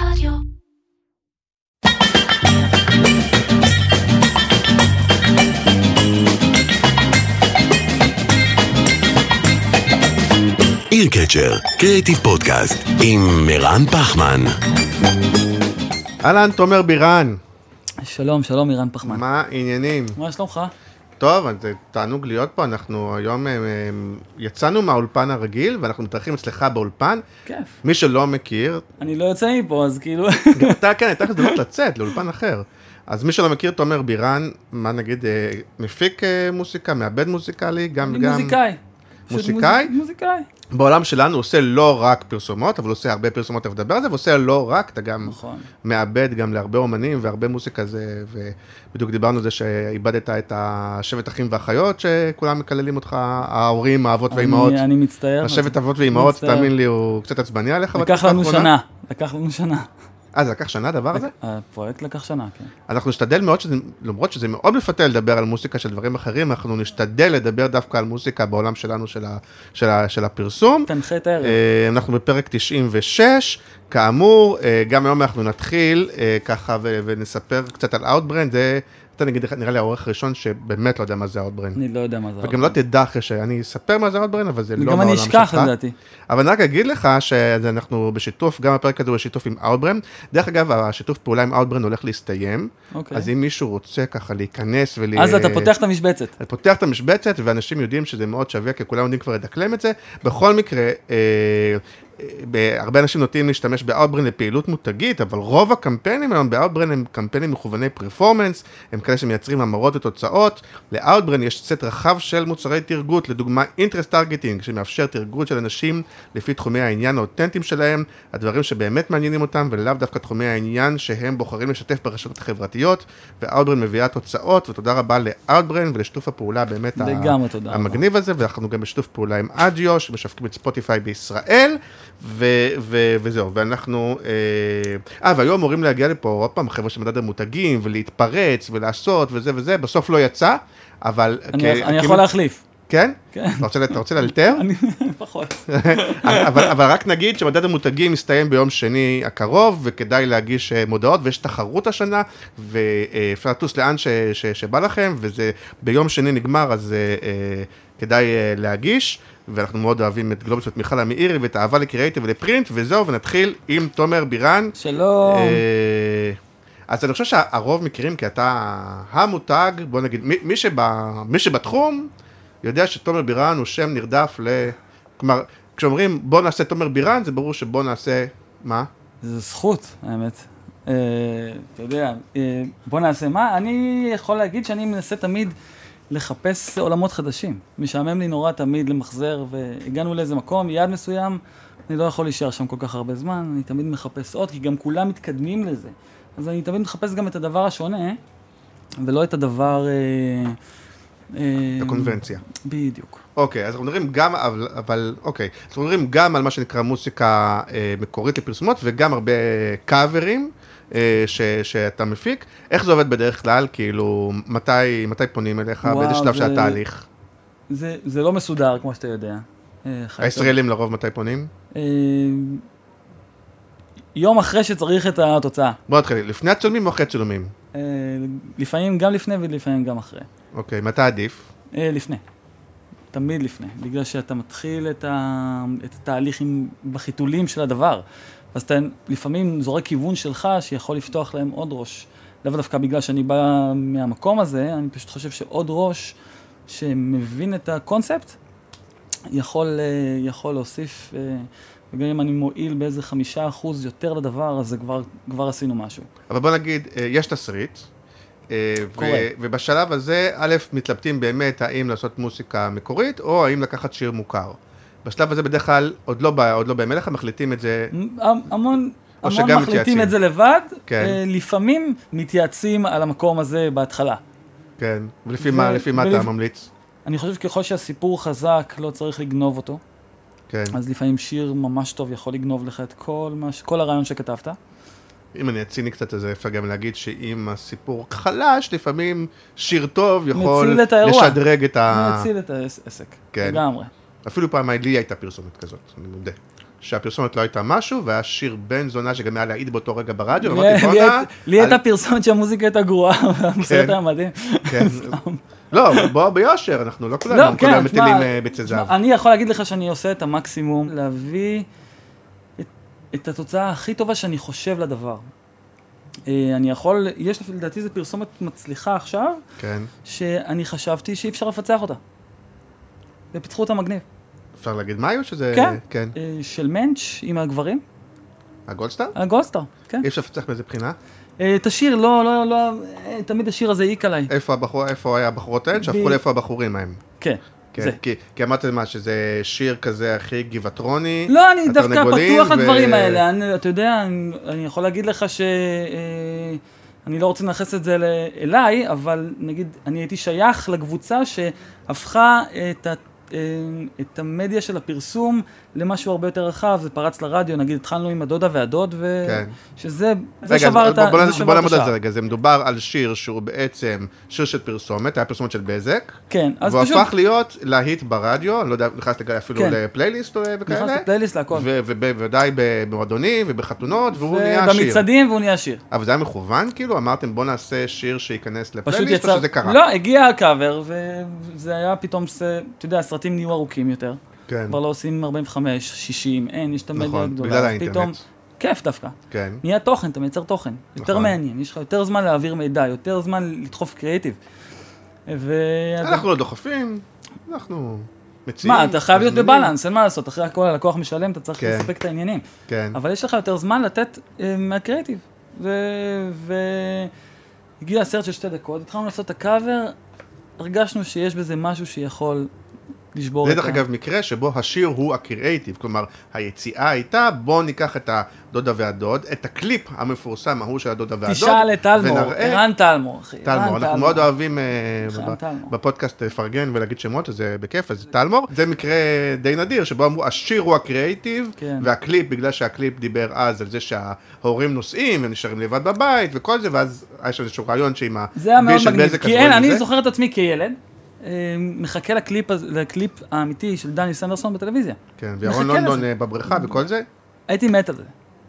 רדיו. איר קצ'ר, קריאיטיב פודקאסט, עם מרן פחמן. אהלן, תומר בירן, שלום, שלום, אירן פחמן. מה העניינים? מה שלומך? טוב, אז זה תענוג להיות פה, אנחנו היום אה, אה, יצאנו מהאולפן הרגיל, ואנחנו מתארחים אצלך באולפן. כיף. מי שלא מכיר, אני לא יוצא מפה, אז כאילו... גם אתה כן, הייתה לך הזדמנות לצאת לאולפן אחר. אז מי שלא מכיר, תומר בירן, מה נגיד, אה, מפיק אה, מוסיקה, מעבד מוזיקלי, גם... אני גם... מוזיקאי. פשוט מוזיקאי? מוזיק- מוזיקאי. בעולם שלנו עושה לא רק פרסומות, אבל עושה הרבה פרסומות, אתה מדבר על זה, ועושה לא רק, אתה גם נכון. מעבד גם להרבה אומנים והרבה מוסיקה זה, ובדיוק דיברנו על זה שאיבדת את השבט אחים ואחיות, שכולם מקללים אותך, ההורים, האבות והאימהות. אני- אני מצטער. השבט אבות ואימהות, מצטער. תאמין לי, הוא קצת עצבני עליך לקח לנו שנה. לקח לנו שנה. אה, זה לקח שנה הדבר הזה? הפרויקט לקח שנה, כן. אנחנו נשתדל מאוד, שזה, למרות שזה מאוד מפתה לדבר על מוסיקה של דברים אחרים, אנחנו נשתדל לדבר דווקא על מוסיקה בעולם שלנו, של, ה, של, ה, של הפרסום. תנחה את הערב. אה, אנחנו בפרק 96, כאמור, אה, גם היום אנחנו נתחיל אה, ככה ו- ונספר קצת על Outbrain, זה, אתה נגיד, נראה לי העורך הראשון שבאמת לא יודע מה זה Outbrain. אני לא יודע מה זה. וגם לא תדע אחרי שאני אספר מה זה Outbrain, אבל זה לא גם בעולם אני שלך. אשכח לדעתי. אבל אני רק אגיד לך שאנחנו בשיתוף, גם הפרק הזה הוא בשיתוף עם Outbrain. דרך אגב, השיתוף פעולה עם Outbrain הולך להסתיים, אוקיי. אז אה, אם מישהו רוצה ככה להיכנס ול... אז אתה פותח את המשבצת. אני פותח את המשבצת, ואנשים יודעים שזה מאוד שווה, כי כולם יודעים כבר לדקלם את זה. בכל מקרה, אה, אה, ב- הרבה אנשים נוטים להשתמש באוטברן לפעילות מותגית, אבל רוב הקמפיינים היום באוטברן הם קמפיינים מכווני פרפורמנס, הם כאלה שמייצרים המרות ותוצאות. לאוטברן יש סט רחב של מוצרי תרגות, לדוגמה אינטרסט טרגטינג, שמאפשר תרגות של אנשים לפי תחומי העניין האותנטיים שלהם, הדברים שבאמת מעניינים אותם, ולאו דווקא תחומי העניין שהם בוחרים לשתף ברשתות החברתיות, ואוטברן מביאה תוצאות, ותודה רבה לאוטברן ולשיתוף הפעולה באמת ה- לגמרי תודה רבה. נכון. המגניב הזה, ואנחנו גם בשיתוף פעולה עם אדיו, שמשווקים את ספוטיפיי בישראל, ו- ו- וזהו, ואנחנו, אה, אה, והיו אמורים להגיע לפה עוד פעם חבר'ה של מדד המותגים, ולהתפרץ, ולעשות, וזה וזה, בסוף לא יצא, אבל... אני כ- אני כמעט- יכול להחליף. כן? כן. אתה רוצה- אתה רוצה לאלתר? אני פחות. אה, אבל, אבל רק נגיד שמדד המותגים מסתיים ביום שני הקרוב, וכדאי להגיש אה, מודעות, ויש תחרות השנה, ואפשר לטוס לאן ש, ש, שבא לכם, וזה ביום שני נגמר, אז אה, אה, כדאי אה, להגיש, ואנחנו מאוד אוהבים את גלובוס ואת מיכל המאירי, ואת האהבה לקריאייטיב ולפרינט, וזהו, ונתחיל עם תומר בירן. שלום. אה, אז אני חושב שהרוב מכירים, כי אתה המותג, בוא נגיד, מי, מי, שבא, מי שבתחום, יודע שתומר בירן הוא שם נרדף ל... כלומר, כשאומרים בוא נעשה תומר בירן, זה ברור שבוא נעשה... מה? זו זכות, האמת. אה, אתה יודע, אה, בוא נעשה מה? אני יכול להגיד שאני מנסה תמיד לחפש עולמות חדשים. משעמם לי נורא תמיד למחזר, והגענו לאיזה מקום, יעד מסוים, אני לא יכול להישאר שם כל כך הרבה זמן, אני תמיד מחפש עוד, כי גם כולם מתקדמים לזה. אז אני תמיד מחפש גם את הדבר השונה, ולא את הדבר... אה, אה, הקונבנציה. בדיוק. אוקיי, אז אנחנו מדברים גם, אבל, אבל אוקיי, אז אנחנו מדברים גם על מה שנקרא מוסיקה אה, מקורית לפרסומות, וגם הרבה קאברים אה, ש, שאתה מפיק. איך זה עובד בדרך כלל? כאילו, מתי, מתי פונים אליך? וואו, באיזה שלב של זה- התהליך? זה, זה לא מסודר, כמו שאתה יודע. אה, חייב- הישראלים לרוב מתי פונים? אה, יום אחרי שצריך את התוצאה. בוא נתחיל, לפני הצילומים או אחרי הצילומים? אה, לפעמים גם לפני ולפעמים גם אחרי. אוקיי, מתי עדיף? אה, לפני. תמיד לפני. בגלל שאתה מתחיל את, ה... את התהליך עם... בחיתולים של הדבר. אז אתה לפעמים זורק כיוון שלך שיכול לפתוח להם עוד ראש. לאו דווקא בגלל שאני בא מהמקום הזה, אני פשוט חושב שעוד ראש שמבין את הקונספט, יכול, אה, יכול להוסיף, אה, וגם אם אני מועיל באיזה חמישה אחוז יותר לדבר, אז זה כבר, כבר עשינו משהו. אבל בוא נגיד, אה, יש תסריט, אה, ו- קורה. ובשלב הזה, א', מתלבטים באמת האם לעשות מוסיקה מקורית, או האם לקחת שיר מוכר. בשלב הזה בדרך כלל עוד לא, בא- עוד לא באים אליך, מחליטים את זה, המון, המון או שגם מחליטים מתייעצים. את זה לבד, כן. אה, לפעמים מתייעצים על המקום הזה בהתחלה. כן, ולפי ו- מה, לפי מה אתה ולפ- ממליץ? אני חושב שככל שהסיפור חזק, לא צריך לגנוב אותו. כן, אז לפעמים שיר ממש טוב יכול לגנוב לך את כל, מה, ש- כל הרעיון שכתבת. אה. אם אני אציני קצת, אז אפשר גם להגיד שאם הסיפור חלש, לפעמים שיר טוב יכול מציל את האירוע. לשדרג את ה... מציל את העסק. כן. לגמרי. אפילו פעם לי הייתה פרסומת כזאת, אני מודה. שהפרסומת לא הייתה משהו, והיה שיר בן זונה שגם היה להעיד באותו רגע ברדיו, לי- ואמרתי, לי- בואנה... לי הייתה על- פרסומת שהמוזיקה הייתה גרועה, והמוסרת היה מדהים. כן. לא, אבל בוא ביושר, אנחנו לא לא, כולנו, כן, כולם תשמע, מטילים אה, ביצי תשמע, זהב. אני יכול להגיד לך שאני עושה את המקסימום להביא את, את התוצאה הכי טובה שאני חושב לדבר. אה, אני יכול, יש לדעתי זו פרסומת מצליחה עכשיו, כן, שאני חשבתי שאי אפשר לפצח אותה. ופיצחו אותה מגניב. אפשר להגיד מה היו שזה... כן. כן. אה, של מענץ' עם הגברים, הגולדסטאר? הגולדסטאר, כן. אי אפשר לפצח מאיזה בחינה? אה, את השיר, לא, לא, לא, אה, תמיד השיר הזה העיק עליי. איפה הבחור, איפה היה הבחורות האלה? שהפכו ב- לאיפה הבחורים ההם. כן, זה. כן, כי, כי אמרת מה, שזה שיר כזה הכי גבעטרוני, לא, אני דווקא התרנגולים פתוח ו- לדברים האלה. אני, אתה יודע, אני, אני יכול להגיד לך ש... אה, אני לא רוצה לנכס את זה ל- אליי, אבל נגיד, אני הייתי שייך לקבוצה שהפכה את, ה, אה, את המדיה של הפרסום למשהו הרבה יותר רחב, זה פרץ לרדיו, נגיד התחלנו עם הדודה והדוד, ו... כן. שזה רגע, זה אז שבר את ה- בוא- בוא זה נ- שבר בוא את נעמוד על השער. זה רגע, זה מדובר על שיר שהוא בעצם שיר של פרסומת, היה פרסומת של בזק, כן, אז והוא פשוט הפך להיות להיט ברדיו, אני לא יודע, נכנס לגע- אפילו כן. לפלייליסט אה, נכנס וכאלה, לפלייליסט להכל. ובוודאי במועדונים ובחתונות, והוא נהיה שיר. ובמצעדים והוא נהיה שיר. אבל זה היה מכוון כאילו? אמרתם בוא נעשה שיר שייכנס פשוט לפלייליסט, יצא... או שזה קרה? לא, הגיע הקאבר, וזה היה פתאום, ס- אתה יודע, הסרטים נהיו ארוכים יותר. כן, כבר לא עושים 45, 60, אין, יש את המדיה נכון, הגדולה. בגלל אז האינטרנט. פתאום, כיף דווקא. כן, נהיה תוכן, אתה מייצר תוכן. יותר נכון. מעניין, יש לך יותר זמן להעביר מידע, יותר זמן לדחוף קריאיטיב. ו... אנחנו לא דוחפים, אנחנו מציעים. מה, אתה חייב להיות מזמינים. בבלנס, אין מה לעשות, אחרי הכל הלקוח משלם, אתה צריך כן. לספק את העניינים. כן, אבל יש לך יותר זמן לתת אה, מהקריאיטיב. ו- ו- הגיע הסרט של שתי דקות, התחלנו לעשות את הקאבר, הרגשנו שיש בזה משהו שיכול לשבור זה את דרך אגב מקרה שבו השיר הוא הקריאייטיב, כלומר היציאה הייתה בוא ניקח את הדודה והדוד, את הקליפ המפורסם ההוא של הדודה והדוד, תשאל את טלמור, ונראה, ערן נכון, טלמור, אחי. ערן טלמור, אנחנו מאוד אוהבים אה, ערן ב- טלמור. בפודקאסט לפרגן ולהגיד שמות, אז זה בכיף, אז טלמור. זה מקרה די נדיר, שבו אמרו, השיר הוא הקריאייטיב, כן. והקליפ, בגלל שהקליפ דיבר אז על זה שההורים נוסעים, הם נשארים לבד בבית וכל זה, ואז היה שם איזשהו רעיון שעם ה... זה היה בי מאוד של מגניב, בזק כי עשו אין, את אני זה. זוכר את עצמי כילד, אה, מחכה לקליפ הזה- לקליפ האמיתי של דני סנדרסון בטלוויזיה. כן, וירון מחכה לונדון לזה. אה, בבריכה וכל זה, הייתי מת על זה.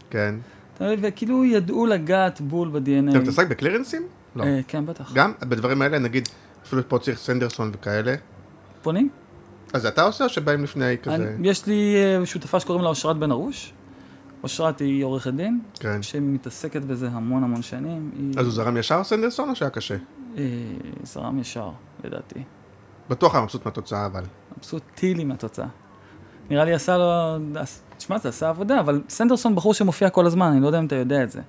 כן. אתה מבין? וכאילו ידעו לגעת בול ב-DNA. אתה מתעסק בקלירנסים? לא. אה, כן, בטח. גם בדברים האלה, נגיד, אפילו פה צריך סנדרסון וכאלה. פונים? אז אתה עושה או שבאים לפני כזה? אני, יש לי אה, שותפה שקוראים לה אושרת בן ארוש. אושרת היא עורכת דין, כן. שמתעסקת בזה המון המון שנים. היא אז הוא זרם ישר סנדרסון או שהיה קשה? אה, זרם ישר, לדעתי. בטוח היה מבסוט מהתוצאה, אבל. מבסוט טילי מהתוצאה. נראה לי עשה לו... עש- תשמע, זה עשה עבודה, אבל סנדרסון בחור שמופיע כל הזמן, אני לא יודע אם אתה יודע את זה.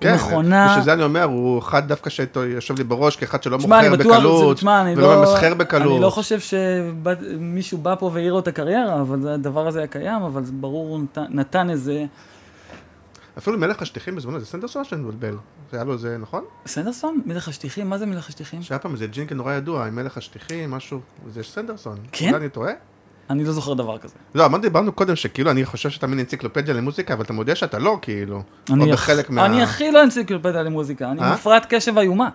כן, מכונה- בשביל זה אני אומר, הוא אחד דווקא שיושב לי בראש כאחד שלא תשמע, אני מוכר בטוח, בקלות, תשמע, אני לא... ולא ממסחר בקלות. אני לא חושב שמישהו בא פה והעיר לו את הקריירה, אבל הדבר הזה היה קיים, אבל זה ברור, הוא נתן, נתן איזה... אפילו מלך השטיחים בזמנו, זה סנדרסון או שאני מבלבל? זה היה לו זה, נכון? סנדרסון? מלך השטיחים? מה זה מלך השטיחים? שהיה פעם איזה ג'ינק נורא ידוע, עם מלך השטיחים, משהו, זה סנדרסון. כן? אולי אני טועה? אני לא זוכר דבר כזה. לא, אמרנו, דיברנו קודם שכאילו אני חושב שאתה מין אנציקלופדיה למוזיקה, אבל אתה מודה שאתה לא, כאילו. או אני, הכ- בחלק מה... אני הכי לא אנציקלופדיה למוזיקה, אני אה? מפרעת קשב איומה.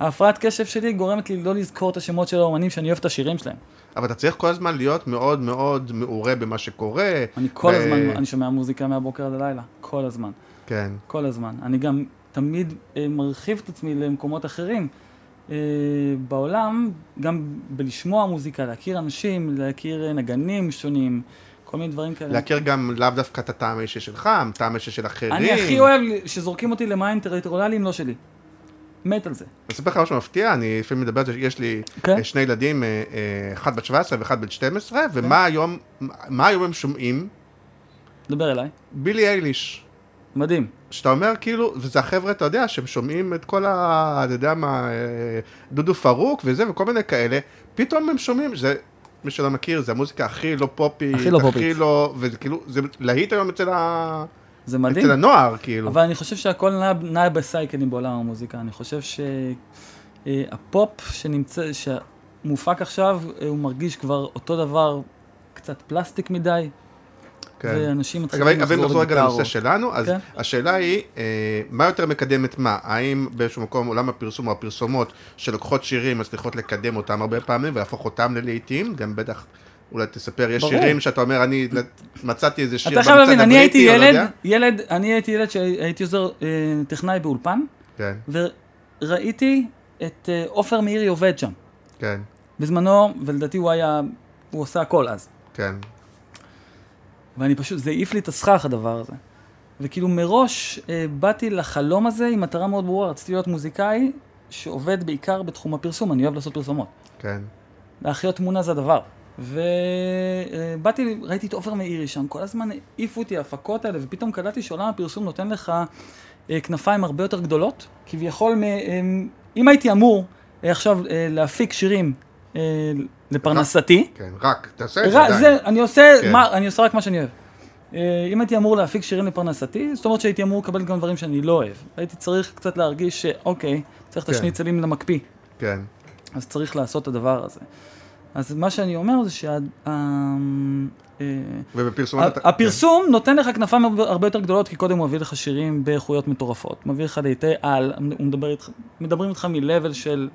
ההפרעת קשב שלי גורמת לי לא לזכור את השמות של האומנים שאני אוהב את השירים שלהם. אבל אתה צריך כל הזמן להיות מאוד מאוד מעורה במה שקורה. אני כל ו- הזמן, אני שומע מוזיקה מהבוקר עד הלילה, כל הזמן, כן. כל הזמן. אני גם תמיד אה, מרחיב את עצמי למקומות אחרים אה, בעולם, גם בלשמוע מוזיקה, להכיר אנשים, להכיר אה, נגנים שונים, כל מיני דברים כאלה. להכיר גם לאו דווקא את הטעם האישי שלך, הטעם האישי של אחרים. אני הכי אוהב שזורקים אותי למים טריטוריאליים לא שלי. מת על זה. אני אספר לך משהו מפתיע, אני לפעמים מדבר על זה, יש לי כן. אה, שני ילדים, אה, אה, אחד בת 17 ואחד בן 12, כן. ומה היום, מה היום הם שומעים? דבר אליי. בילי אייליש. מדהים. שאתה אומר כאילו, וזה החבר'ה, אתה יודע, שהם שומעים את כל ה... אתה יודע מה, אה, דודו פרוק וזה וכל מיני כאלה, פתאום הם שומעים, זה, מי שלא מכיר, זה המוזיקה הכי לא פופית, הכי לא פופית. לא, וזה כאילו, זה להיט היום אצל, ה... זה מדהים. אצל הנוער, כאילו. אבל אני חושב שהכל נע, נע בסייקלים בעולם המוזיקה. אני חושב שהפופ שנמצא, שמופק עכשיו, אה, הוא מרגיש כבר אותו דבר, קצת פלסטיק מדי, כן. ואנשים רגע, אבל אבל אם נחזור רגע לנושא שלנו, אז כן. השאלה היא, אה, מה יותר מקדם את מה? האם באיזשהו מקום עולם הפרסום או הפרסומות שלוקחות שירים מצליחות לקדם אותם הרבה פעמים ולהפוך אותם ללהיטים, גם בטח אולי תספר, יש ברור. שירים שאתה אומר, אני מצאתי איזה שיר אתה חייב להבין, אני הייתי או לא ילד, יודע. ילד, אני הייתי ילד שהייתי עוזר אה, טכנאי באולפן, כן, וראיתי את אה, עופר מאירי עובד שם. כן, בזמנו, ולדעתי הוא היה, הוא עושה הכל אז. כן. ואני פשוט, זה העיף לי את הסכך הדבר הזה. וכאילו מראש אה, באתי לחלום הזה עם מטרה מאוד ברורה, רציתי להיות מוזיקאי שעובד בעיקר בתחום הפרסום, אני אוהב לעשות פרסומות. כן, להחיות תמונה זה הדבר. ובאתי, ראיתי את עופר מאירי שם, כל הזמן העיפו אותי ההפקות האלה, ופתאום קלטתי שעולם הפרסום נותן לך אה, כנפיים הרבה יותר גדולות, כביכול, מ- אה, אם הייתי אמור אה, עכשיו אה, להפיק שירים אה, לפרנסתי, כן, רק, תעשה את זה רק, עדיין. זה, אני עושה, כן. מה, אני עושה רק מה שאני אוהב. אה, אם הייתי אמור להפיק שירים לפרנסתי, זאת אומרת שהייתי אמור לקבל גם דברים שאני לא אוהב. הייתי צריך קצת להרגיש שאוקיי, צריך את כן. השניצלים למקפיא, כן, אז צריך לעשות את הדבר הזה. אז מה שאני אומר זה אה, שהפרסום ובפרסומות... אתה- כן, נותן לך כנפיים הרבה- הרבה יותר גדולות, כי קודם הוא מביא לך שירים באיכויות מטורפות. מביא לך דייטי על, הוא מדבר איתך, מדברים איתך מ-level של,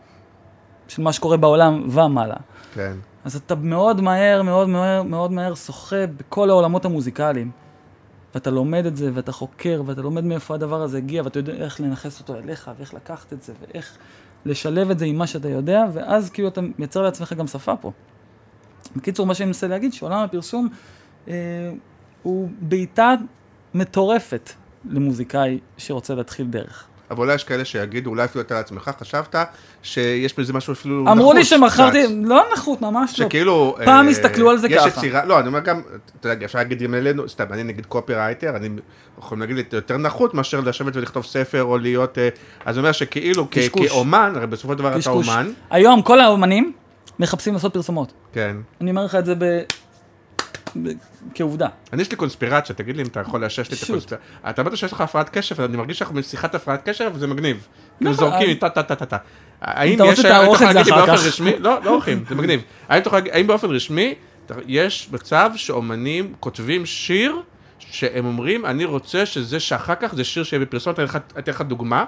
של מה שקורה בעולם ומעלה. כן, אז אתה מאוד מהר, מאוד מהר, מאוד מהר שוחה בכל העולמות המוזיקליים. ואתה לומד את זה, ואתה חוקר, ואתה לומד מאיפה הדבר הזה הגיע, ואתה יודע איך לנכס אותו אליך, ואיך לקחת את זה, ואיך לשלב את זה עם מה שאתה יודע, ואז כאילו אתה מייצר לעצמך גם שפה פה. בקיצור, מה שאני מנסה להגיד, שעולם הפרסום אה, הוא בעיטה מטורפת למוזיקאי שרוצה להתחיל דרך. כן. אבל אולי יש כאלה שיגידו, אולי אפילו אתה לעצמך חשבת שיש בזה משהו אפילו לא נחוץ. אמרו לי שמכרתי, קצת. לא נחות, ממש לא. שכאילו... פעם אה, הסתכלו על זה ככה. יש יצירה, לא, אני אומר גם, אתה יודע, אפשר להגיד גם אלינו, סתם, אני נגיד קופירייטר, אני יכולים להגיד לי יותר נחות מאשר לשבת ולכתוב ספר או להיות... אה, אז אני אומר שכאילו, כ- קשקוש. כאומן, הרי בסופו של דבר אתה קשקוש. אומן, היום כל האומנים מחפשים לעשות פרסומות. כן. אני אומר לך את זה ב... ב... כעובדה. אני יש לי קונספירציה, תגיד לי אם אתה יכול לאשש לי את שוט. הקונספירציה. אתה אמרת שיש לך הפרעת קשב, אני מרגיש שאנחנו בשיחת הפרעת קשב, וזה מגניב. כאילו נכון, זורקים לי אני- טה טה טה טה טה. האם רוצה יש... תערוך תוכל את זה להגיד לי אחר באופן כך. רשמי? לא, לא עורכים, זה מגניב. האם תוכל להגיד- האם באופן רשמי ת- יש מצב שאומנים כותבים שיר, שהם אומרים, אני רוצה שזה שאחר כך זה שיר שיהיה בפרסומת, אני אתן לך- אתן לך דוגמה.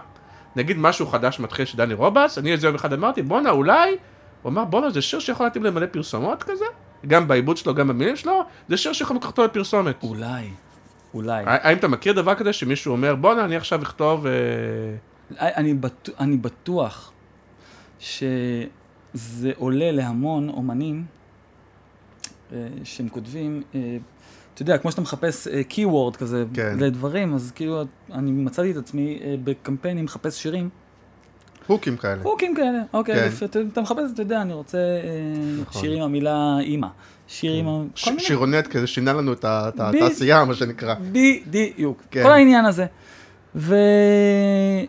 נגיד משהו חדש מתחיל של דני רובס, אני איזה יום אחד אמרתי, בואנה אולי, הוא אמר בואנה זה שיר שיכול להתאים למלא פרסומות כזה, גם בעיבוד שלו, גם במילים שלו, זה שיר שיכול לקחת אותו לפרסומת. אולי, אולי. האם אתה מכיר דבר כזה שמישהו אומר, בואנה, אני עכשיו אכתוב... אה, אני, בט... אני בטוח שזה עולה להמון אומנים אה, שהם כותבים, אה, אתה יודע, כמו שאתה מחפש אה, keyword כזה כן. לדברים, אז כאילו אני מצאתי את עצמי אה, בקמפיינים מחפש שירים. הוקים כאלה. חוקים כאלה, אוקיי, כן. לפי- אתה, אתה מחפש, אתה יודע, אני רוצה אה, נכון. כן. שיר עם המילה אימא, שיר עם... ה- ש- כל מיני שירונט כזה שינה לנו את ה- את ב- התעשייה, מה שנקרא. בדיוק. כן. כל העניין הזה. ולי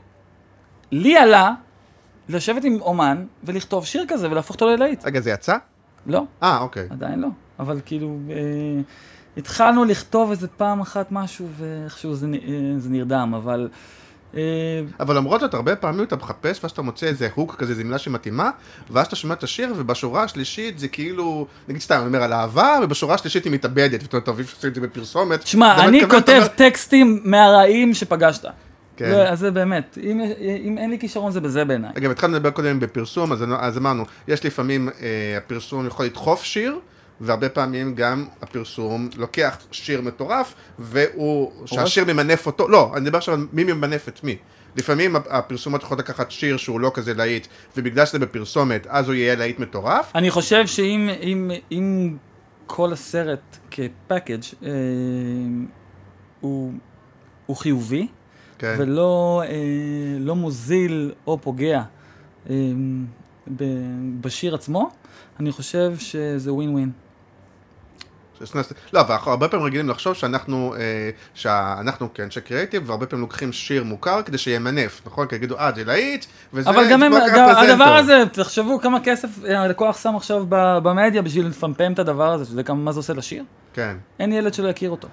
עלה לשבת עם אומן ולכתוב שיר כזה ולהפוך אותו ללהיט. רגע, זה יצא? לא, אה, אוקיי. עדיין לא. אבל כאילו, אה, התחלנו לכתוב איזה פעם אחת משהו ואיכשהו זה, נ- אה, זה נרדם, אבל... אה, אבל למרות זאת, הרבה פעמים אתה מחפש, ואז אתה מוצא איזה הוק כזה, איזו מילה שמתאימה, ואז אתה שומע את השיר, ובשורה השלישית זה כאילו, נגיד סתם, אני אומר על אהבה, ובשורה השלישית היא מתאבדת, ואתה אומר, טוב, אי אפשר לעשות את זה בפרסומת. אתה תשמע, לא אני מתכוון, אתה כותב אומר- טקסטים מהרעים שפגשת. כן. לא, אז זה באמת, אם, אם אין לי כישרון זה בזה בעיניי. אגב, התחלנו לדבר קודם בפרסום, אז, אז אמרנו, יש לפעמים, אה, הפרסום יכול לדחוף שיר, והרבה פעמים גם הפרסום לוקח שיר מטורף, והוא, שהשיר ממנף אותו, לא, אני מדבר עכשיו על מי ממנף את מי. לפעמים הפ- הפרסומות יכולות לקחת שיר שהוא לא כזה להיט, ובגלל שזה בפרסומת, אז הוא יהיה להיט מטורף. אני חושב שאם אם, אם כל הסרט כפאקג' אה, הוא, הוא חיובי, כן, ולא אה, לא מוזיל או פוגע אה, ב, בשיר עצמו, אני חושב שזה ווין ווין. שיש נס- לא, אבל אנחנו הרבה פעמים רגילים לחשוב שאנחנו, אה, שאנחנו כאנשי קריאיטיב, והרבה פעמים לוקחים שיר מוכר כדי שימנף, נכון? כי יגידו, אה, זה להיט, וזה... אבל גם הם, כמו גם הפרזנטור." הדבר הזה, תחשבו כמה כסף אה, הלקוח שם עכשיו ב- במדיה בשביל לפמפם את הדבר הזה, שזה כמה מה זה עושה לשיר. כן. אין ילד שלא יכיר אותו.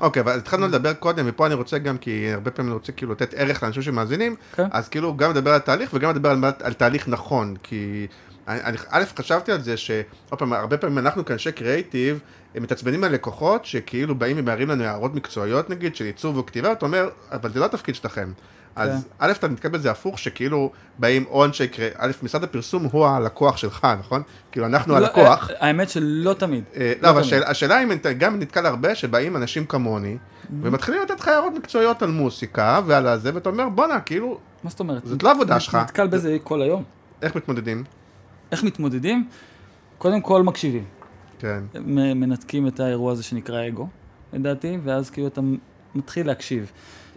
אוקיי, אבל התחלנו Mm. לדבר קודם, ופה אני רוצה גם, כי הרבה פעמים אני רוצה כאילו לתת ערך לאנשים שמאזינים, כן. אז כאילו גם לדבר על תהליך וגם לדבר על, מה- על תהליך נכון, כי אני, אני- א', חשבתי על זה שעוד פעם, הרבה פעמים אנחנו כאנשי קריאיטיב, הם מתעצבנים על לקוחות שכאילו באים ומעירים לנו הערות מקצועיות נגיד, של עיצוב וכתיבה, אתה אומר, אבל זה לא התפקיד שלכם. כן. אז א', אתה נתקע בזה הפוך, שכאילו באים או אנשי קרי... א', משרד הפרסום הוא הלקוח שלך, נכון? כאילו, אנחנו לא, הלקוח. אה, האמת שלא תמיד. אה, לא, אבל תמיד. השאלה- השאלה אם אתה גם נתקל הרבה שבאים אנשים כמוני, ומתחילים לתת לך הערות מקצועיות על מוסיקה ועל הזה, ואתה אומר, בואנה, כאילו, מה זאת אומרת? זאת לא עבודה נת- שלך. נתקל בזה כל היום. איך מתמודדים? איך מתמודדים? קודם כל מקשיבים. כן. מ- מנתקים את האירוע הזה שנקרא אגו, לדעתי, ואז כאילו אתה מתחיל להקשיב.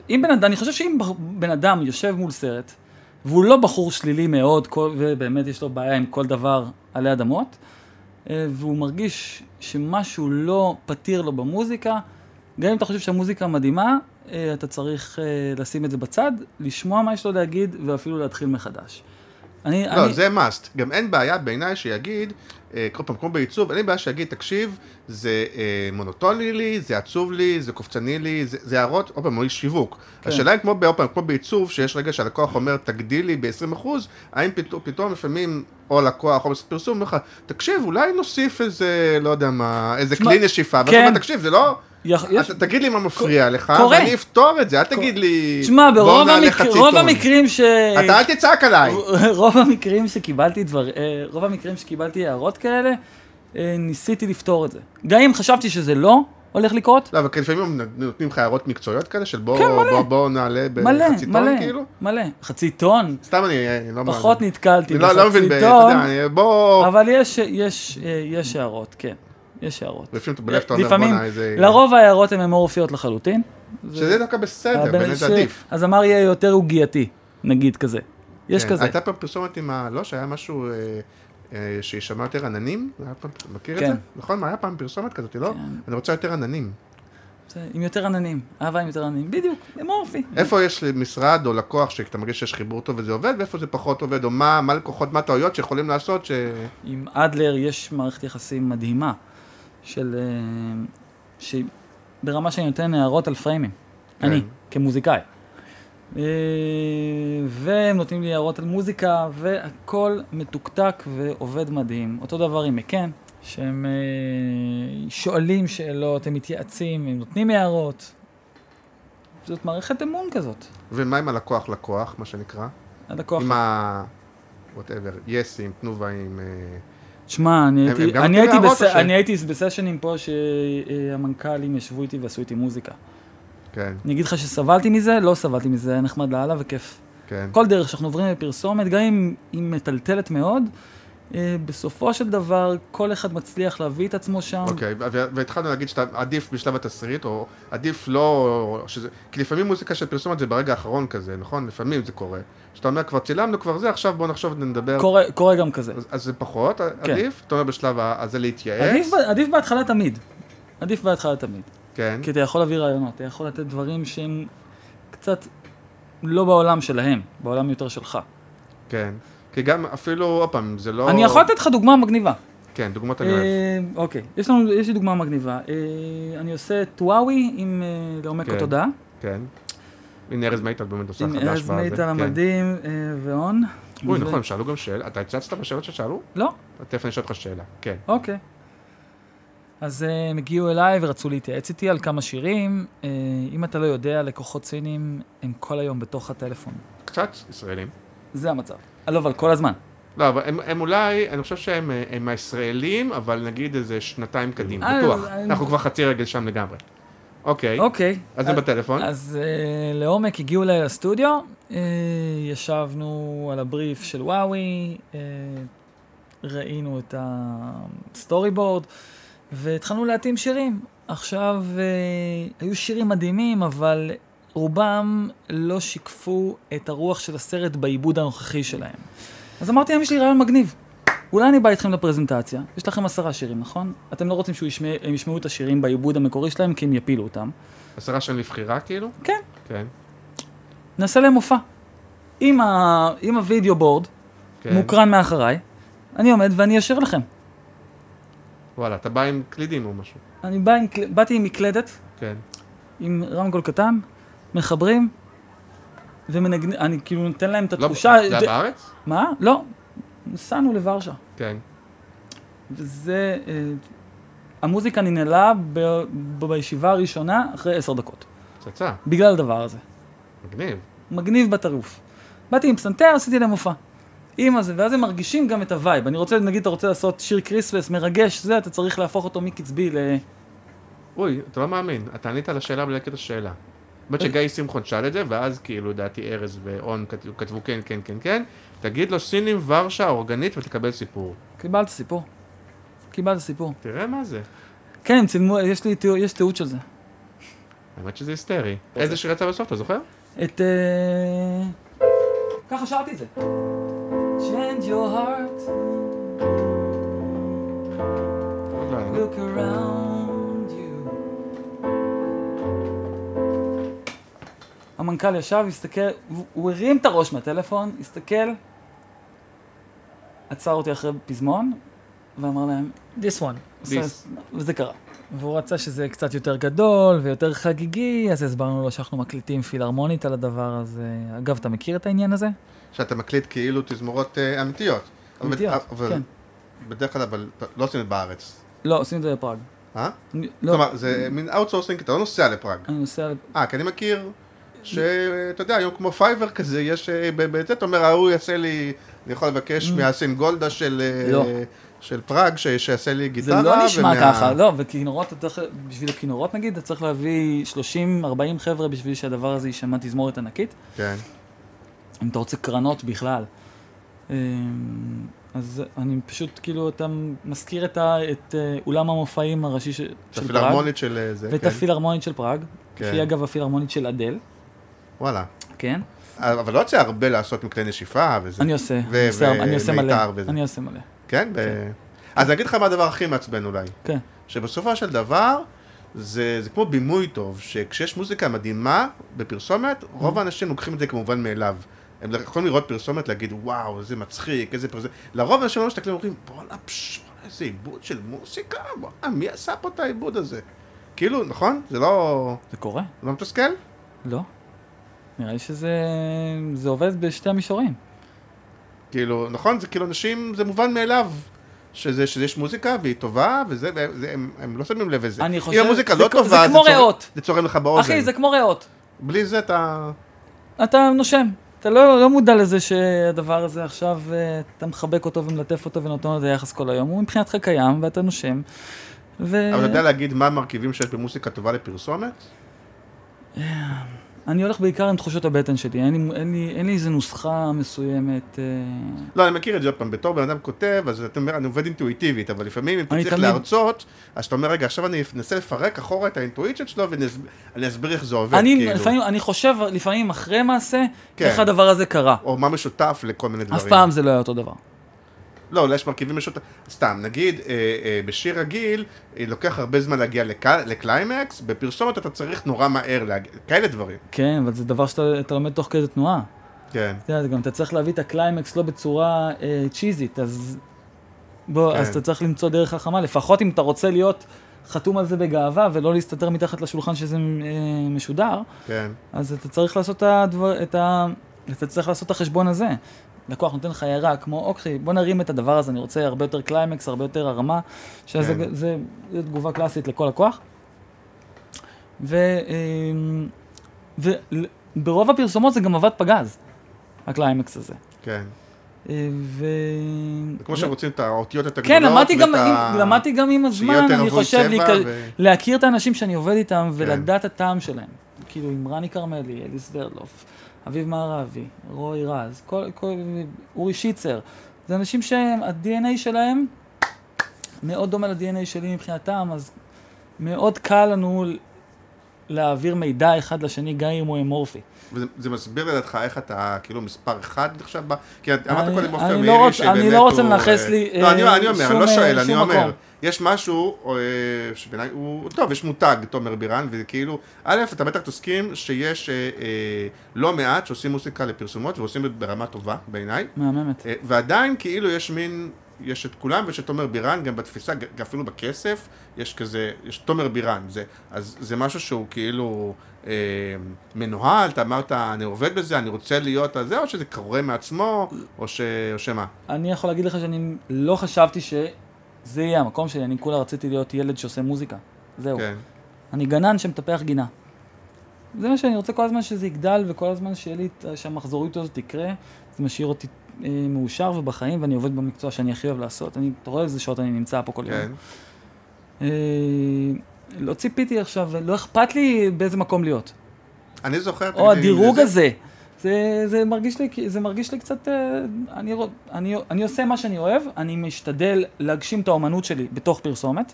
אם בן אדם, אני חושב שאם בח- בן אדם יושב מול סרט, והוא לא בחור שלילי מאוד, כל, ובאמת יש לו בעיה עם כל דבר עלי אדמות, אה, והוא מרגיש שמשהו לא פתיר לו במוזיקה, גם אם אתה חושב שהמוזיקה מדהימה, אה, אתה צריך אה, לשים את זה בצד, לשמוע מה יש לו להגיד, ואפילו להתחיל מחדש. אני, לא, אני, זה must. גם אין בעיה בעיניי שיגיד, אה, כל פעם, כמו בעיצוב, אין לי בעיה שיגיד, תקשיב, זה אה, מונוטוני לי, זה עצוב לי, זה קופצני לי, זה זה הערות, עוד פעם, הוא איש שיווק. כן. השאלה היא כמו, ב- עוד פעם, כמו בעיצוב, שיש רגע שהלקוח אומר, תגדיל לי ב-20%, האם פתאום- פתאום לפעמים, או לקוח, או משרד פרסום, אומר לך, תקשיב, אולי נוסיף איזה, לא יודע מה, איזה תשמע, כלי נשיפה, ואתה כן. אומר, תקשיב, זה לא... יש- יש- אתה תגיד לי מה מפריע לך, קורה. ואני אפתור את זה, אל תגיד לי... תשמע, "בואו ברוב נעלה המק... חצי רוב טון." המקרים ש... אתה אל תצעק עליי. רוב המקרים שקיבלתי דבר... אה, רוב המקרים שקיבלתי הערות כאלה, אה, ניסיתי לפתור את זה. גם אם חשבתי שזה לא הולך לקרות, לא, אבל כי לפעמים הם נותנים לך הערות מקצועיות כאלה של כן, בואו מלא. בוא, בוא נעלה מלא, בחצי מלא, טון כאילו? מלא. חצי טון? סתם אני אה, לא מאמין. פחות נתקלתי אני לא, לא מבין, ב- בחצי אתה טון, יודע, אני- לא- בוא... אבל יש, יש, אה, יש הערות, כן. יש הערות. לפעמים אתה בלב, אתה אומר, לפעמים, בואנה, איזה... לרוב ההערות הן אמורפיות לחלוטין. שזה דווקא בסדר, באמת זה עדיף. אז אמר יהיה יותר עוגייתי, נגיד כזה. יש כן. כזה. הייתה פעם פרסומת עם ה... לא, שהיה משהו אה, אה, שישמע יותר עננים? היה פעם- מכיר את כן. זה? נכון? מה, היה פעם פרסומת כזאת, לא? אני רוצה יותר עננים. Mm-hmm. זה, עם יותר עננים, אהבה עם יותר עננים, בדיוק, אמורפי. איפה יש משרד או לקוח שאתה מרגיש שיש חיבור טוב וזה עובד, ואיפה זה פחות עובד, או מה מה לקוחות, מה הטעויות שיכולים לעשות ש... עם אדלר יש מערכת יחסים מדהימה, של... אה, שהיא ברמה שאני נותן הערות על פריימים, כן. אני, כמוזיקאי. אה, והם נותנים לי הערות על מוזיקה, והכל מתוקתק ועובד מדהים. אותו דבר עם מקן, שהם אה, שואלים שאלות, הם מתייעצים, הם נותנים הערות. זאת מערכת אמון כזאת. ומה עם הלקוח-לקוח, מה שנקרא? הלקוח עם ה... ווטאבר, יסים, תנובה עם... אה, שמע, אני הם- הם הייתי, גם אני, נותנים הייתי הערות בס... או ש- אני הייתי בסשנים פה שהמנכ"לים ישבו איתי ועשו איתי מוזיקה. כן, אני אגיד לך שסבלתי מזה, לא סבלתי מזה, היה נחמד לאללה וכיף. כן. כל דרך שאנחנו עוברים בפרסומת, גם אם היא מטלטלת מאוד, אה, בסופו של דבר כל אחד מצליח להביא את עצמו שם. אוקיי, ו- והתחלנו להגיד שאתה עדיף בשלב התסריט, או עדיף לא... שזה, כי לפעמים מוזיקה של פרסומת זה ברגע האחרון כזה, נכון? לפעמים זה קורה. שאתה אומר, כבר צילמנו, כבר זה, עכשיו בוא נחשוב, נדבר. קורה, קורה גם כזה. אז, אז זה פחות, אה, עדיף? אתה אומר בשלב ה- הזה להתייעץ? כן. עדיף, ב- עדיף בהתחלה תמיד. עדיף בהתחלה תמיד. כן, כי אתה יכול להביא רעיונות, אתה יכול לתת דברים שהם קצת לא בעולם שלהם, בעולם יותר שלך. כן. כי גם אפילו, עוד פעם, זה לא... אני יכול לתת לך דוגמה מגניבה. כן, דוגמאות אני אוהב. אה, אוקיי, יש לנו, יש לי דוגמה מגניבה. אה, אני עושה טוואוי עם אה, לעומק כן. התודעה, כן. הנה ארז מיטל באמת עושה עם חדש. ארז בזה, מיטל כן. המדהים אה, ואון. אוי, ו- נכון, הם שאלו גם שאלה. אתה הצצת בשאלות ששאלו? לא? תכף אני אשאל אותך שאלה. כן. אוקיי. אז אה, הם הגיעו אליי ורצו להתייעץ איתי על כמה שירים. אה, אם אתה לא יודע, לקוחות סינים הם כל היום בתוך הטלפון. קצת ישראלים. זה המצב. אה, לא, אבל כל הזמן. לא, אבל הם, הם אולי, אני חושב שהם אה, הם הישראלים, אבל נגיד איזה שנתיים קדימה, אה, בטוח. אה, אנחנו כבר חצי רגל שם לגמרי. אוקיי, אוקיי. אז הם בטלפון. אז אה, לעומק הגיעו אליי לסטודיו, אה, ישבנו על הבריף של וואוי, אה, ראינו את הסטורי בורד, והתחלנו להתאים שירים. עכשיו, אה, היו שירים מדהימים, אבל רובם לא שיקפו את הרוח של הסרט בעיבוד הנוכחי שלהם. אז אמרתי להם, יש לי רעיון מגניב. אולי אני בא איתכם לפרזנטציה, יש לכם עשרה שירים, נכון? אתם לא רוצים שהם ישמע, הם ישמעו את השירים בעיבוד המקורי שלהם, כי הם יפילו אותם. עשרה שנים לבחירה כאילו? כן. כן. נעשה להם מופע. עם, ה... עם הוידאו בורד, כן. מוקרן מאחריי, אני עומד ואני אשאיר לכם. וואלה, אתה בא עם קלידים או משהו. אני בא עם... קל- באתי עם מקלדת, כן. עם רמקול קטן, מחברים, ומנגנ... אני כאילו נותן להם את לא, התחושה... זה היה ד- בארץ? מה? לא. נסענו לוורשה. כן. וזה... אה, המוזיקה ננעלה ב... ב... בישיבה הראשונה אחרי עשר דקות. פצצה, בגלל הדבר הזה. מגניב. Mhm. מגניב בטירוף. באתי עם פסנתר, עשיתי להם מופע. עם הזה, ואז הם מרגישים גם את הווייב. אני רוצה, נגיד, אתה רוצה לעשות שיר כריסמס מרגש, זה, אתה צריך להפוך אותו מקצבי ל... אוי, אתה לא מאמין, אתה ענית על השאלה בלי להקריא את השאלה. באמת שגיא שמחון שאל את זה, ואז כאילו, לדעתי, ארז ואון כת- כתבו כן, כן, כן, כן, תגיד לו סינים ורשה אורגנית ותקבל סיפור. קיבלת סיפור. קיבלת סיפור. תראה מה זה. כן, הם צילמו, יש לי תיעוד, יש תיעוד של זה. האמת שזה היסטרי. אוקיי. איזה שיר יצא בסוף, אתה זוכר? את... אה, ככה שרתי את זה. Change your heart, עוד לא, נו. look around you. המנכ"ל ישב, הסתכל, הוא- הוא הרים את הראש מהטלפון, הסתכל, עצר אותי אחרי פזמון, ואמר להם, This one. This. וזה קרה. והוא רצה שזה קצת יותר גדול ויותר חגיגי, אז הסברנו לו שאנחנו מקליטים פילהרמונית על הדבר הזה. אגב, אתה מכיר את העניין הזה? שאתה מקליט כאילו תזמורות אה, אמיתיות. אבל- אמיתיות, אבל- כן. בדרך כלל, אבל לא עושים את זה בארץ. לא, עושים את זה בפראג. אה? אני- לא, כלומר, זה מין אאוטסורסינג, אתה לא נוסע לפראג. אני נוסע... אה, כי אני מכיר שאתה יודע, היום כמו פייבר כזה, יש, אה, ב- ב- זה, אתה אומר, ההוא יעשה לי, אני יכול לבקש מהסינגולדה של אה, אה. לא. של פראג, ש- שיעשה לי זה גיטרה. לא נשמע ומה- ככה, לא, וכינורות, אתה צריך, בשביל הכינורות נגיד, אתה צריך להביא 30-40 חבר'ה בשביל שהדבר הזה יישמע תזמורת ענקית. כן. אם אתה רוצה קרנות בכלל. אמ, אז אני פשוט, כאילו, אתה מזכיר את, ה, את אה, אולם המופעים הראשי ש, את של פראג, הפילהרמונית של אה, זה, ואת כן. הפילהרמונית של פראג, כן. שהיא אגב הפילהרמונית של אדל, וואלה. כן? אבל לא יוצא הרבה לעשות מקרי נשיפה וזה. אני עושה, ו- אני עושה, אני עושה מלא, ומיתר וזה. אני עושה מלא, כן? ב- אז אני אגיד לך מה הדבר הכי מעצבן אולי. כן. שבסופו של דבר, זה, זה כמו בימוי טוב, שכשיש מוזיקה מדהימה בפרסומת, רוב האנשים לוקחים את זה כמובן מאליו. הם יכולים לראות פרסומת, להגיד, וואו, איזה מצחיק, איזה פרסומת. לרוב האנשים לא מסתכלים ואומרים, בואנה פש, בואנה, איזה עיבוד של מוזיקה, בואנה, מי עשה פה את העיבוד הזה? כאילו, נכון? זה לא... זה קורה? לא מתסכל? לא. נראה לי שזה זה עובד בשתי המישורים. כאילו, נכון? זה כאילו אנשים, זה מובן מאליו. שזה, שיש מוזיקה והיא טובה, וזה, וזה הם, הם לא שמים לב לזה. אני חושב- אם המוזיקה זה לא כמו- זה טובה, כמו צורם- ריאות. זה צורם לך באוזן. אחי, זה כמו ריאות. בלי זה אתה... אתה נושם. אתה לא, לא מודע לזה שהדבר הזה עכשיו, אה, אתה מחבק אותו ומלטף אותו ונותן לו את היחס כל היום. הוא מבחינתך קיים ואתה נושם. ו... אבל אתה יודע להגיד מה המרכיבים שיש במוסיקה טובה לפרסומת? אני הולך בעיקר עם תחושות הבטן שלי, אין לי, אין לי, אין לי איזה נוסחה מסוימת. אה, לא, אני מכיר את זה עוד פעם, בתור בן אדם כותב, אז אתה אומר, אני עובד אינטואיטיבית, אבל לפעמים אם אתה אני צריך תמיד- להרצות, אז אתה אומר, רגע, עכשיו אני אנסה לפרק אחורה את האינטואיציה שלו, ואני אסביר איך זה עובד, אני, כאילו. לפעמים, אני חושב לפעמים אחרי מעשה, כן. איך הדבר הזה קרה. או מה משותף לכל מיני דברים. אף פעם זה לא היה אותו דבר. לא, אולי יש מרכיבים משותף. סתם, נגיד, אה, אה, בשיר רגיל, אה, לוקח הרבה זמן להגיע לק- לקליימקס, בפרסומת אתה צריך נורא מהר להגיע, כאלה דברים. כן, אבל זה דבר שאתה אתה לומד תוך כדי תנועה. כן. אתה יודע, גם אתה צריך להביא את הקליימקס לא בצורה אה, צ'יזית, אז... בוא, כן. כן. אז אתה צריך למצוא דרך חכמה, לפחות אם אתה רוצה להיות חתום על זה בגאווה ולא להסתתר מתחת לשולחן שזה אה, משודר, כן. אז אתה צריך לעשות את הדבר, את ה... אתה צריך לעשות את החשבון הזה. לקוח נותן לך הערה, כמו, אוקיי, בוא נרים את הדבר הזה, אני רוצה הרבה יותר קליימקס, הרבה יותר הרמה, שזה כן. זה, זה תגובה קלאסית לכל לקוח. אמ, וברוב הפרסומות זה גם עבד פגז, הקליימקס הזה. כן. אה, ו... זה כמו ו- שרוצים את האותיות יותר גדולות. כן, למדתי גם, ואת ה- עם, למדתי גם עם הזמן, יותר אני רווי חושב, צבע להיכ- ו- להכיר את האנשים שאני עובד איתם ולדעת הטעם שלהם. כאילו עם רני כרמלי, אלי סברלוף, אביב מערבי, רוי רז, כל, כל, אורי שיצר. זה אנשים שה-DNA שלהם מאוד דומה ל-DNA שלי מבחינתם, אז מאוד קל לנו להעביר מידע אחד לשני, גם אם הוא אמורפי. וזה זה מסביר לדעתך איך אתה כאילו מספר אחד עכשיו ב... כי את- אמרת אני- קודם עופר אני לא מאירי רוצ- שבאמת אני לא רוצה הוא, לנכס אה, לי, לא, אני אה, אני אומר, אני שום, לא אה, שואל, אני שום אומר. מקום. יש משהו אה, שבעיניי הוא... טוב, יש מותג, תומר בירן, וכאילו... א', אתה בטח תסכים שיש אה, אה, לא מעט שעושים מוסיקה לפרסומות ועושים את זה ברמה טובה בעיניי. מהממת. אה, ועדיין כאילו יש מין, יש את כולם ויש את תומר בירן, גם בתפיסה, ג- אפילו בכסף, יש כזה, יש תומר בירן, זה, אז זה משהו שהוא כאילו אה, מנוהל, אתה אמרת, אני עובד בזה, אני רוצה להיות הזה, או שזה קורה מעצמו, או, ש, או שמה. אני יכול להגיד לך שאני לא חשבתי שזה יהיה המקום שלי, אני כולה רציתי להיות ילד שעושה מוזיקה. זהו. כן, אני גנן שמטפח גינה. זה מה שאני רוצה כל הזמן שזה יגדל, וכל הזמן שיהיה לי, את- שהמחזוריות הזאת תקרה, זה משאיר אותי אה, מאושר ובחיים, ואני עובד במקצוע שאני הכי אוהב לעשות. אני, אתה רואה איזה שעות אני נמצא פה כל כן. יום. אה, לא ציפיתי עכשיו, לא אכפת לי באיזה מקום להיות. אני זוכר... או תגידי לי, הדירוג זה- הזה. זה, זה, מרגיש לי, כי- זה מרגיש לי קצת, אה, אני, רוא- אני, אני עושה מה שאני אוהב, אני משתדל להגשים את האומנות שלי בתוך פרסומת,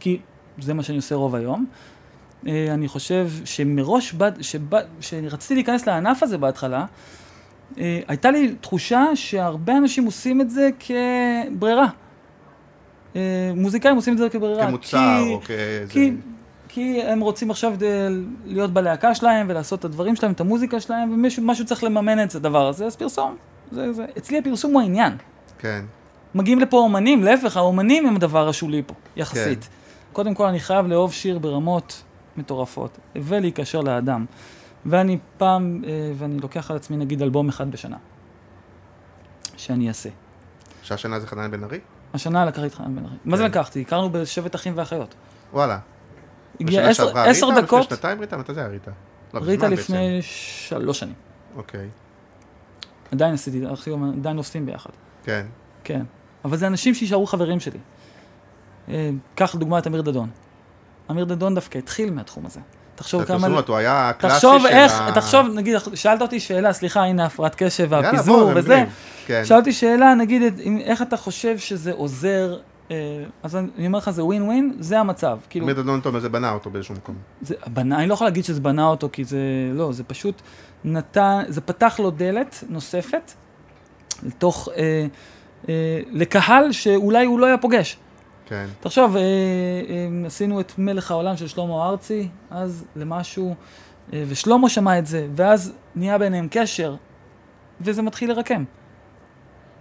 כי זה מה שאני עושה רוב היום. אה, אני חושב שמראש, בד- שבד- שרציתי להיכנס לענף הזה בהתחלה, אה, הייתה לי תחושה שהרבה אנשים עושים את זה כברירה. אה, מוזיקאים עושים את זה כברירה. כמוצר, אוקיי. כי- או כאיזה... כי, כי הם רוצים עכשיו ד- להיות בלהקה שלהם ולעשות את הדברים שלהם, את המוזיקה שלהם, ומשהו צריך לממן את הדבר הזה, אז פרסום. זה, זה. אצלי הפרסום הוא העניין. כן. מגיעים לפה אומנים, להפך, האומנים הם הדבר השולי פה, יחסית. כן. קודם כל, אני חייב לאהוב שיר ברמות מטורפות, ולהיקשר לאדם. ואני פעם, אה, ואני לוקח על עצמי נגיד אלבום אחד בשנה, שאני אעשה. שהשנה זה חנן בן ארי? השנה לקחתי את חנן בן ארי. כן. מה זה לקחתי? הכרנו בשבט אחים ואחיות. וואלה. הגיע בשנה עשר, שעברה עשר ריטה? דקות. לפני שנתיים ריטה? מתי זה היה ריטה? לא, ריטה מזמן לפני שלוש שנים. בעצם. אוקיי. עדיין עשיתי, ארכיון, עדיין עושים ביחד. כן. כן. אבל זה אנשים שישארו חברים שלי. אה, קח לדוגמה את אמיר דדון. אמיר דדון דווקא התחיל מהתחום הזה. תחשוב כמה... הפרסומות, הוא היה הקלאסי של ה... תחשוב איך, תחשוב, נגיד, שאלת אותי שאלה, סליחה, הנה הפרעת קשב יאללה, בוא, והפיזור זה וזה. מגניב. כן. שאלתי שאלה, נגיד, את- אם- איך אתה חושב שזה עוזר, אה, אז אני אני אומר לך, זה ווין ווין, זה המצב. כאילו, עומד אדון תומר, זה בנה אותו באיזשהו מקום. זה בנה, אני לא יכול להגיד שזה בנה אותו, כי זה, לא, זה פשוט נתן, זה פתח לו דלת נוספת, לתוך, אה, אה, לקהל שאולי הוא לא היה פוגש. כן. תחשוב, אה, אה, עשינו את מלך העולם של שלמה ארצי, אז למשהו, אה, ושלמה שמע את זה, ואז נהיה ביניהם קשר, וזה מתחיל לרקם.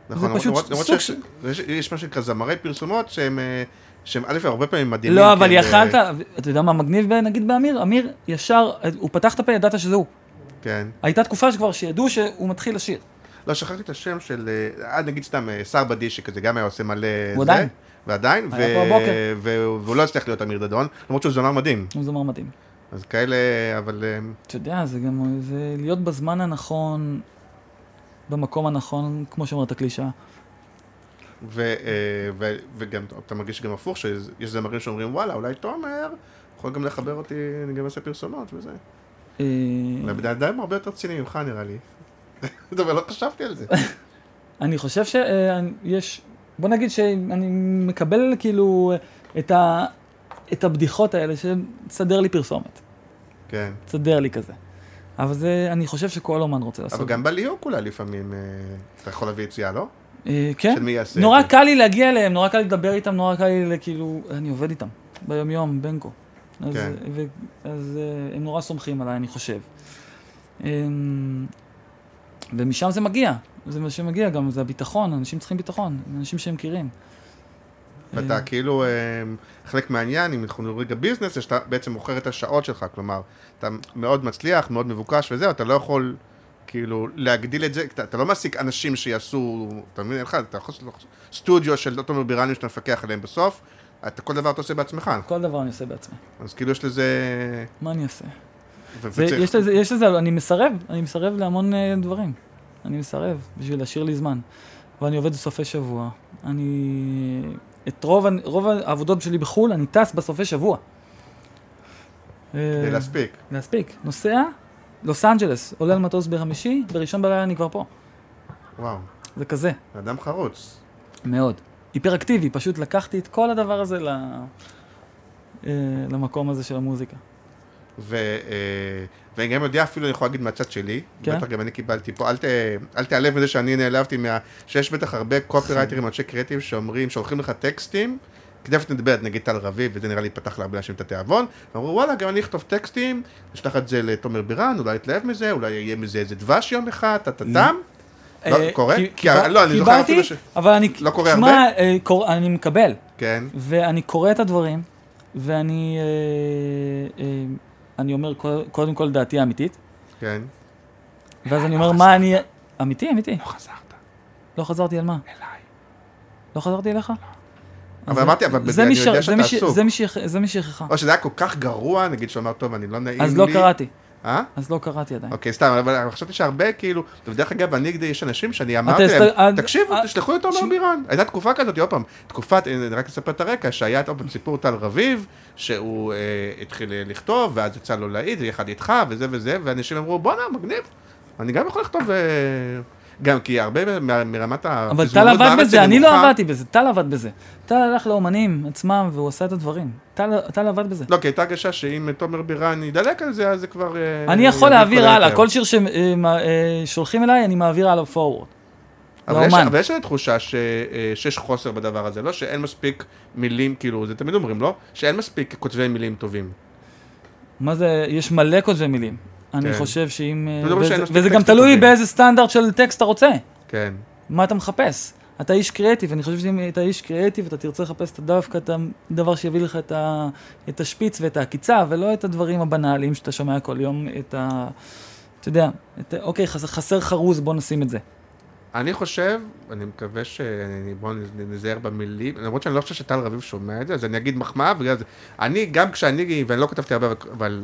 נכון, למרות- פשוט למרות- למרות סוג שיש- של- יש- יש מה שנקרא זמרי פרסומות שהם, אה, שהם א', הרבה פעמים מדהימים. לא, כי אבל הם, יכלת, אה, אתה יודע מה מגניב ב- נגיד באמיר? אמיר ישר, אה, הוא פתח את הפה, ידעת שזה הוא. כן. הייתה תקופה שכבר שידעו שהוא מתחיל לשיר. לא, שכחתי את השם של, אה, אה, נגיד סתם, אה, שר בדישי כזה, גם היה עושה מלא... הוא זה, עדיין. ועדיין, ו... היה פה הבוקר. והוא והוא לא הצליח להיות אמיר דדון, למרות שהוא זמר מדהים. הוא זמר מדהים. אז כאלה, אבל... אה, אתה יודע, זה גם, זה להיות בזמן הנכון, במקום הנכון, כמו שאומרת הקלישאה. ו, אה, ו, וגם אתה מרגיש גם הפוך, שיש זמרים שאומרים, וואלה, אולי תומר יכול גם לחבר אותי, אני גם אעשה פרסומות וזה. אה, אולי בני אדם הרבה יותר רציני ממך, נראה לי. טוב, אבל לא חשבתי על זה. אני חושב שיש, בוא נגיד שאני מקבל כאילו את, ה, את הבדיחות האלה, שתסדר לי פרסומת, כן. תסדר לי כזה. אבל זה, אני חושב שכל אומן רוצה לעשות. אבל גם בליהוק אולי לפעמים, אה, אתה יכול להביא יציאה, לא? אה, כן, של מי יעשה את נורא זה. קל לי להגיע אליהם, נורא קל לי לדבר איתם, נורא קל לי, ל- כאילו, אני עובד איתם, ביום-יום, בנקו. אז, כן. ו, אז אה, הם נורא סומכים עליי, אני חושב. אמ, ומשם זה מגיע, זה מה שמגיע גם, זה הביטחון, אנשים צריכים ביטחון, אנשים שהם מכירים. ואתה כאילו, אה, חלק מהעניין, אם אנחנו נוריד לביזנס, זה שאתה בעצם מוכר את השעות שלך, כלומר, אתה מאוד מצליח, מאוד מבוקש וזהו, אתה לא יכול כאילו להגדיל את זה, אתה, אתה לא מעסיק אנשים שיעשו, אתה מבין, אין לך, אתה יכול לעשות סטודיו של תומר בירנים שאתה מפקח עליהם בסוף, אתה כל דבר אתה עושה בעצמך, כל דבר אני עושה בעצמי, אז כאילו יש לזה, מה אני אעשה? ו- זה, וצריך- יש, לזה, יש לזה, אני מסרב, אני מסרב להמון אה, דברים. אני מסרב, בשביל להשאיר לי זמן. ואני עובד בסופי שבוע. אני... את רוב, הנ- רוב העבודות שלי בחו"ל, אני טס בסופי שבוע. כדי אה, להספיק, להספיק. נוסע, לוס אנג'לס, עולה על מטוס בחמישי, בראשון בלילה אני כבר פה. וואו, זה כזה, אדם חרוץ, מאוד. היפראקטיבי, פשוט לקחתי את כל הדבר הזה ל... אה, למקום הזה של המוזיקה. ו, אה, ואני גם יודע אפילו, אני יכול להגיד מהצד שלי, כן. בטח גם אני קיבלתי פה, אל, ת, אל תיעלב מזה שאני נעלבתי מה... שיש בטח הרבה קופירייטרים, אנשי קריאטיב שאומרים, שולחים לך טקסטים, כדי שתדברת, נגיד טל רביב, וזה נראה לי פתח להרבה אנשים את התיאבון, ואמרו וואלה, גם אני אכתוב טקסטים, אשלח את זה לתומר בירן, אולי יתלהב מזה, אולי יהיה מזה איזה דבש יום אחד, טה-טה-טם. לא, אה, קורה? כי- כי ה- לא, אני זוכר קיבלתי, אפילו ש- אבל אני... לא קורה שמע, הרבה? אה, קור- אני מקבל. כן, ואני קורא את הדברים, ואני אה, אה, אני אומר קו- קודם כל דעתי האמיתית, כן. ואז אני אומר מה אני... אמיתי, אמיתי. לא חזרת. לא חזרתי על מה? לא חזרתי אליך? אבל אז אמרתי, אבל זה בזה מי אני ש- יודע זה שאתה מי ש- עסוק. זה מי ש- זה מי שהכרחה. או שזה היה כל כך גרוע, נגיד שהוא אמר, טוב, אני לא נעים לי. אז לא קראתי. אה? אז לא קראתי עדיין. אוקיי, סתם, אבל חשבתי שהרבה כאילו, ודרך אגב, אני, יש אנשים שאני אמרתי אתה להם, הסת- תקשיבו, אה, תשלחו את ש- עומר בירן. הייתה תקופה כזאת, עוד פעם, תקופת, אה, רק לספר את הרקע, שהיה עוד פעם סיפור טל רביב, שהוא אה, התחיל אה, לכתוב, ואז יצא לו להעיד, זה יחד איתך, וזה וזה, ואנשים אמרו, בואנה, מגניב, אני גם יכול לכתוב, אה, גם כי הרבה מה- מרמת אוקיי, ה... אבל טל עבד בזה, אני לא עבדתי בזה, טל עבד בזה. טל הלך לאומנים עצמם והוא עשה את הדברים. טל טל עבד בזה. לא, כי הייתה הרגשה שאם תומר בירן ידלק על זה, אז זה כבר... אה, אני יכול יעמיק להעביר הרבה הלאה, יותר. כל שיר אה, ששולחים אליי, אני מעביר הלאה forward. אבל יש, לאומן. אבל יש איזו תחושה ש, אה, שיש חוסר בדבר הזה, לא שאין מספיק מילים, כאילו, זה תמיד אומרים, לא? שאין מספיק כותבי מילים טובים. מה זה, יש מלא כותבי מילים. אני כן. חושב שאם... אה, מדברים שאין וזה- מספיק וזה גם טקסטים תלוי טובים. באיזה סטנדרט של טקסט אתה רוצה. כן. מה אתה מחפש? אתה איש קריאטיב, אני חושב שאם אתה איש קריאטיב, אתה תרצה לחפש את דווקא את הדבר שיביא לך את, ה, את השפיץ ואת העקיצה, ולא את הדברים הבנאליים שאתה שומע כל יום, את ה... אתה יודע, את, ה- אוקיי, חסר, חסר חרוז, בוא נשים את זה. אני חושב, אני מקווה ש... בואו נזהר במילים, למרות שאני לא חושב שטל רביב שומע את זה, אז אני אגיד מחמאה, בגלל זה... אני, גם כשאני, ואני לא כתבתי הרבה, אבל- אבל...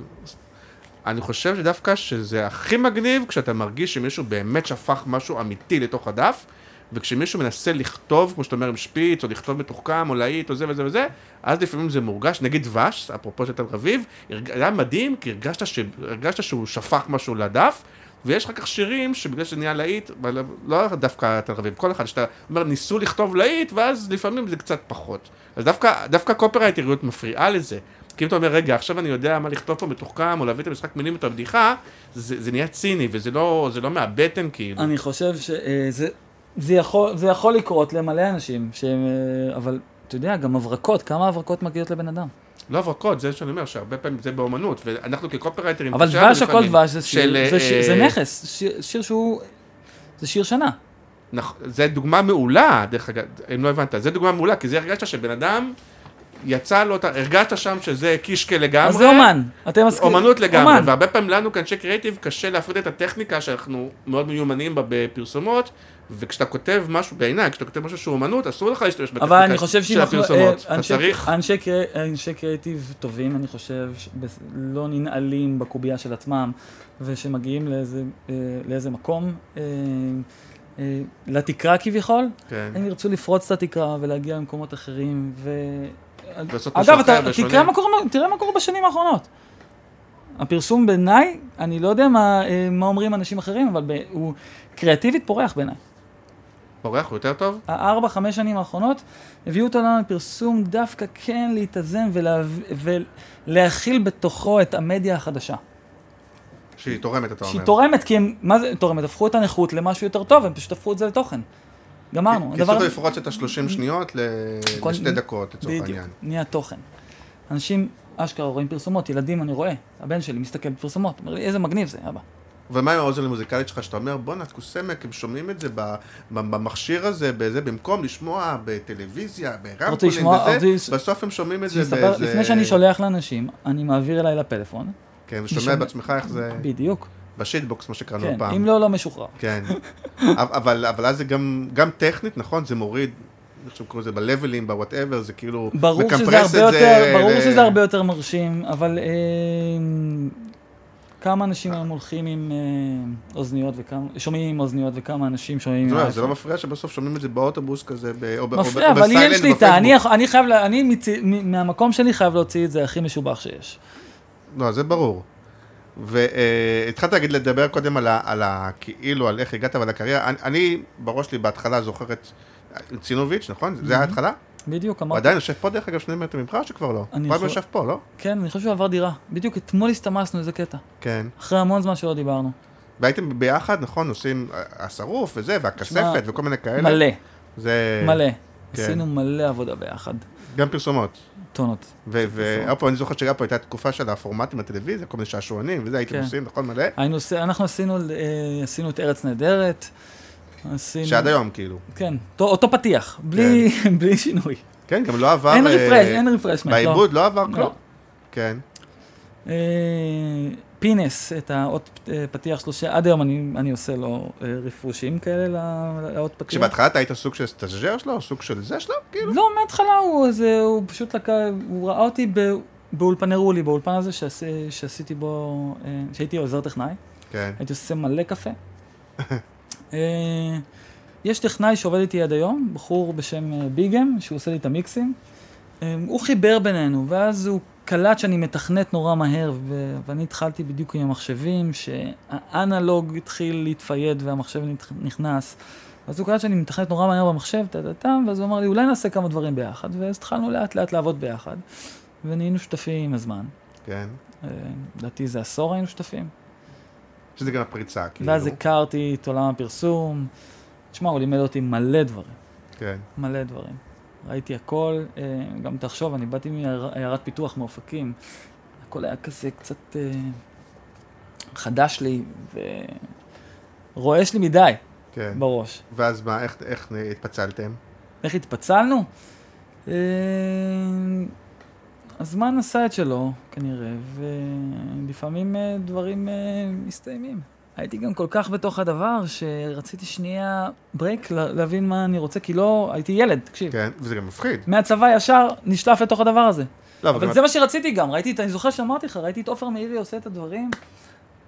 אני חושב שדווקא שזה הכי מגניב כשאתה מרגיש שמישהו באמת שפך משהו אמיתי לתוך הדף, וכשמישהו מנסה לכתוב, כמו שאתה אומר, עם שפיץ, או לכתוב מתוחכם, או להיט, או זה וזה וזה, אז לפעמים זה מורגש. נגיד דבש, אפרופו של תל אביב, הרג- היה מדהים, כי הרגשת, ש... הרגשת שהוא שפך משהו לדף, ויש אחר כך שירים שבגלל שזה נהיה להיט, אבל לא דווקא תל אביב, כל אחד שאתה אומר, ניסו לכתוב להיט, ואז לפעמים זה קצת פחות. אז דווקא, דווקא קופרייטריות מפריעה לזה. כי אם אתה אומר, רגע, עכשיו אני יודע מה לכתוב פה מתוחכם, או להביא את המשחק מילים, את הבדיחה, זה, זה נהיה ציני, וזה לא, זה לא מהבטן, כאילו. אני חושב שזה זה יכול, זה יכול לקרות למלא אנשים, שהם, אה, אבל אתה יודע, גם הברקות, כמה הברקות מגיעות לבן אדם? לא הברקות, זה שאני אומר, שהרבה פעמים זה באומנות, ואנחנו כקופרייטרים... אבל חשבנו דבש, הכל לפעמים דבש, זה שיר, של, זה, שיר, אה, זה נכס, שיר, שיר שהוא, זה שיר שנה. נכ... זה דוגמה מעולה, דרך אגב, אם לא הבנת, זה דוגמה מעולה, כי זה הרגשת שבן אדם יצא לו, את ה- הרגשת שם שזה קישקע לגמרי. אז זה אומן, אתם מסכימים? אומנות לגמרי, אומן. והרבה פעמים לנו כאנשי קריאיטיב קשה להפריד את הטכניקה שאנחנו מאוד מיומנים בה בפרסומות, וכשאתה כותב משהו, בעיניי, כשאתה כותב משהו שהוא אומנות, אסור לך להשתמש אבל בטכניקה אני חושב שאם של אנחנו... הפרסומות. אה, אתה אנשי- צריך... אנשי קרי- אנשי קריאיטיב טובים, אני חושב, שבס- לא ננעלים בקובייה של עצמם, ושמגיעים לאיזה, אה, לאיזה מקום, אה, אה, לתקרה כביכול, כן. הם ירצו לפרוץ את התקרה ולהגיע למקומות אחרים, ו... לא לעשות משהו אגב, אחר אתה, ושונה. תקרא מה קורה, תראה מה קורה בשנים האחרונות. הפרסום בעיניי, אני לא יודע מה, אה, מה אומרים אנשים אחרים, אבל ב- הוא קריאטיבית פורח בעיניי. אורח הוא יותר טוב? הארבע, חמש שנים האחרונות, הביאו אותנו לפרסום דווקא כן להתאזן ולהב- ולהכיל בתוכו את המדיה החדשה. שהיא תורמת, אתה אומר. שהיא תורמת, כי הם, מה זה תורמת? הפכו את הנכות למשהו יותר טוב, הם פשוט הפכו את זה לתוכן. גמרנו. כן, כי הדבר- Mm-hmm. צריך לפרוץ את ה-30 שניות ל- כל- לשתי דקות, לצורך בדיוק, העניין. נהיה תוכן. אנשים אשכרה רואים פרסומות, ילדים אני רואה, הבן שלי מסתכל בפרסומות, אומר לי, איזה מגניב זה, אבא. ומה עם האוזן המוזיקלית שלך, שאתה אומר, בואנה, כוסמק, הם שומעים את זה ב- ב- במכשיר הזה, בזה, במקום לשמוע בטלוויזיה, ברמקולים לשמוע? וזה, אז זה- בסוף הם שומעים את זה שיספר- באיזה... לפני שאני שולח לאנשים, אני מעביר אליי לפלאפון, כן, ושומע שומע- בעצמך איך זה... בדיוק, בשיטבוקס, מה שקראנו כן, כן. פעם. אם לא, לא משוחרר. כן. אבל, אבל אז זה גם, גם טכנית, נכון? זה מוריד, אני חושב קוראים לזה בלבלים, בוואטאבר, זה כאילו... ברור מקמפרס שזה את הרבה יותר, ברור ל- שזה הרבה יותר מרשים, אבל אה, כמה אנשים היום הולכים עם אה, אוזניות וכמה, שומעים עם אוזניות וכמה אנשים שומעים עם לא, זה אייפון. לא מפריע שבסוף שומעים את זה באוטובוס כזה, ב- או ב- או ב- מפריע, או אבל לי אין בסיילנט, שליטה, אני, בפייסבוק. יכול- אני חייב, לה- אני מצי, מ- מהמקום שלי חייב להוציא את זה הכי משובח שיש. לא, זה ברור. והתחלת להגיד לדבר קודם על ה- על ה... כאילו, על איך הגעת ועל הקריירה. אני- אני, בראש שלי בהתחלה זוכר את צינוביץ', נכון? זה היה ההתחלה? בדיוק, הוא Mm-hmm. אמרתי, עדיין יושב פה, דרך אגב, שני מטר ממך, או שכבר לא? אני הוא יכול- יושב פה, לא? כן, אני חושב שהוא עבר דירה. בדיוק אתמול הסתמסנו, איזה קטע. כן. אחרי המון זמן שלא דיברנו. והייתם ביחד, נכון? עושים אה, השרוף וזה, והכספת וכל מיני כאלה. מלא, זה... מלא. כן. עשינו מלא עבודה ביחד. גם פרסומות. טונות. ועוד פעם, אני זוכר שגם פה הייתה תקופה של הפורמטים בטלוויזיה, כל מיני שעשועונים, וזה הייתם כן. עושים, נכון? מלא. היינו, עושה- אנחנו עשינו, אה, עשינו את ארץ נהדרת. עשינו... שעד היום, כאילו. כן, אותו- אותו פתיח, בלי בלי שינוי. כן, גם לא עבר... אין אה, רפרש, אין רפרשמנט. לא. בעיבוד לא עבר לא. כאילו. כלום. כן. אה, פינס, את האות אה, פתיח שלו, שעד היום אני- אני עושה לו אה, רפרושים כאלה ל- לאות פתיח. כשבהתחלה אתה היית סוג של סטאז'ר שלו, או סוג של זה שלו, כאילו. לא, מההתחלה הוא איזה, הוא פשוט לקה, הוא ראה אותי ב... באולפני רולי, באולפן הזה שעשי- שעשיתי בו, אה, שהייתי עוזר טכנאי, כן. הייתי עושה מלא קפה. אה, יש טכנאי שעובד איתי עד היום, בחור בשם אה, ביגם, שהוא עושה לי את המיקסים. אה, הוא חיבר בינינו, ואז הוא קלט שאני מתכנת נורא מהר, ו- ואני התחלתי בדיוק עם המחשבים, שהאנלוג התחיל להתפייד והמחשב נת- נכנס. אז הוא קלט שאני מתכנת נורא מהר במחשב, טה-טה-טה, ואז הוא אמר לי, אולי נעשה כמה דברים ביחד, ואז התחלנו לאט-לאט לעבוד ביחד, ונהיינו שותפים עם הזמן. כן. אה, לדעתי זה עשור היינו שותפים. שזה גם הפריצה, כאילו. ואז הכרתי את עולם הפרסום. תשמע, הוא לימד אותי מלא דברים, כן. מלא דברים. ראיתי הכל, אה, גם תחשוב, אני באתי מעיירת פיתוח מאופקים. הכל היה כזה קצת אה, חדש לי, ורועש לי מדי כן. בראש. ואז מה, איך- איך התפצלתם? איך התפצלנו? אה, הזמן עשה את שלו, כנראה, ולפעמים אה, דברים אה, מסתיימים. הייתי גם כל כך בתוך הדבר, שרציתי שנייה ברייק, לה- להבין מה אני רוצה, כי לא, הייתי ילד, תקשיב. כן, וזה גם מפחיד. מהצבא ישר נשלף לתוך הדבר הזה. לא, אבל גם- זה מה שרציתי גם, ראיתי, את- אני זוכר שאמרתי לך, ראיתי את עופר מאירי עושה את הדברים,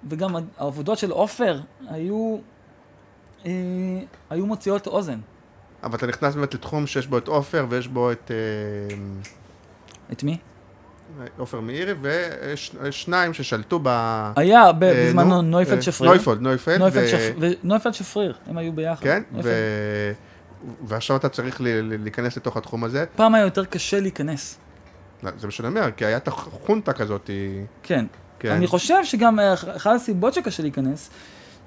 וגם הד- העבודות של עופר היו, אה, היו מוציאות אוזן. אבל אתה נכנס באמת לתחום שיש בו את עופר ויש בו את אה, את מי? עופר מאירי ושניים ששלטו ב... היה ב- אה, בזמנו נו, נויפלד אה, שפריר. נויפלד, נויפלד. נויפלד ו- שפ- ו- נויפלד שפריר, הם היו ביחד. כן, ו... נויפלד. ועכשיו אתה צריך ל- ל- להיכנס לתוך התחום הזה. פעם היה יותר קשה להיכנס. לא, זה מה שאני אומר, כי היה את החונטה כזאת. היא- כן. כן. אני חושב שגם אה, אח- אחת הסיבות שקשה להיכנס,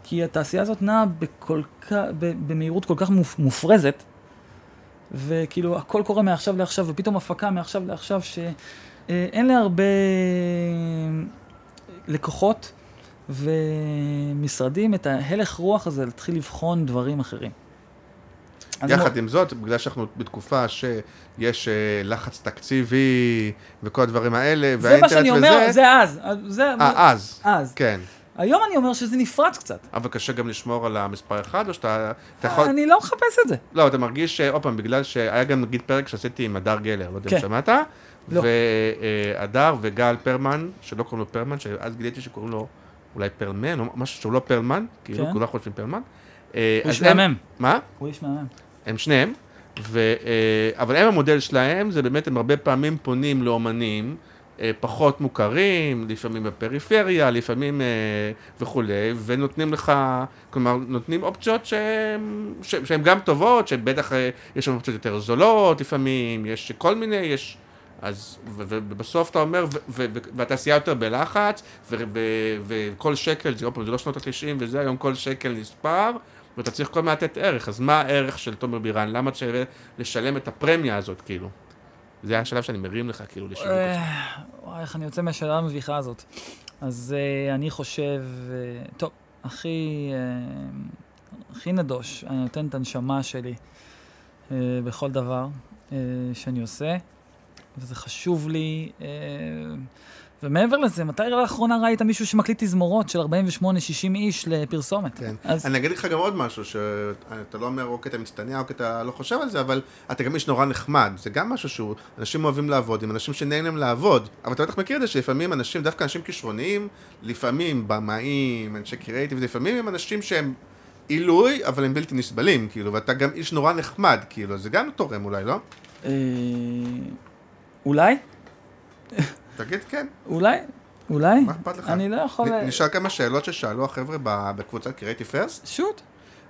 כי התעשייה הזאת נעה בכל כך, ב- במהירות כל כך מופ- מופרזת, וכאילו הכל קורה מעכשיו לעכשיו, ופתאום הפקה מעכשיו לעכשיו, שאין לה הרבה אה, לקוחות ומשרדים את ההלך רוח הזה להתחיל לבחון דברים אחרים. אז יחד עם זאת, בגלל שאנחנו בתקופה שיש אה, לחץ תקציבי וכל הדברים האלה, זה מה שאני אומר, וזה- זה אז. זה אה, אז. אז. כן. היום אני אומר שזה נפרץ קצת. אבל קשה גם לשמור על המספר אחד, או שאתה אתה יכול... אני לא מחפש את זה. לא, אתה מרגיש, אה, עוד פעם, בגלל שהיה גם נגיד פרק שעשיתי עם הדר גלר, לא יודע אם כן. שמעת? לא. והדר וגל פרמן, שלא קוראים לו פרמן, שאז גיליתי שקוראים לו אולי פרלמן, או משהו שהוא לא פרלמן, כאילו כן. כולם חושבים פרלמן. אה, הוא אז איש הם- מהמם. מה? הוא איש מהמם. הם שניהם. ו, אה, אבל הם המודל שלהם, זה באמת, הם הרבה פעמים פונים לאומנים אה, פחות מוכרים, לפעמים בפריפריה, לפעמים אה, וכולי, ונותנים לך, כלומר, נותנים אופציות שהן ש- שהן גם טובות, שבטח אה, יש שם אופציות יותר זולות, לפעמים, יש כל מיני, יש... אז, ו- ו- ובסוף אתה אומר, ו- ו- ו- והתעשייה יותר בלחץ, ו- ו- וכל שקל, זה, עוד פעם, זה לא שנות ה-90 וזה, היום כל שקל נספר, ואתה צריך כל הזמן לתת ערך, אז מה הערך של תומר בירן? למה אתה שווה לשלם את הפרמיה הזאת, כאילו? זה השלב שאני מרים לך, כאילו, לשיווק. אה, את זה. וואי, איך אני יוצא מהשאלה המביכה הזאת. אז אה, אני חושב, אה, טוב, הכי אה, הכי נדוש, אני נותן את הנשמה שלי אה, בכל דבר אה, שאני עושה, וזה חשוב לי. אה, ומעבר לזה, מתי לאחרונה ראית מישהו שמקליט תזמורות של 48-60 איש לפרסומת? כן. אז אני אגיד לך גם עוד משהו, שאתה לא אומר, או כי אתה מצטנע, או כי אתה לא חושב על זה, אבל אתה גם איש נורא נחמד. זה גם משהו שהוא, אנשים אוהבים לעבוד עם אנשים שנהנים להם לעבוד. אבל אתה בטח מכיר את זה שלפעמים אנשים, דווקא אנשים כישרוניים, לפעמים במאים, אנשי קריאיטיב, לפעמים הם אנשים שהם עילוי, אבל הם בלתי נסבלים, כאילו, ואתה גם איש נורא נחמד, כאילו, זה גם תורם אולי, לא? אה, אולי? תגיד כן. אולי? אולי? מה אכפת לך? אני לא יכול... נ- נשאל כמה שאלות ששאלו החבר'ה ב- בקבוצת קריאיטי פרסט. שוט.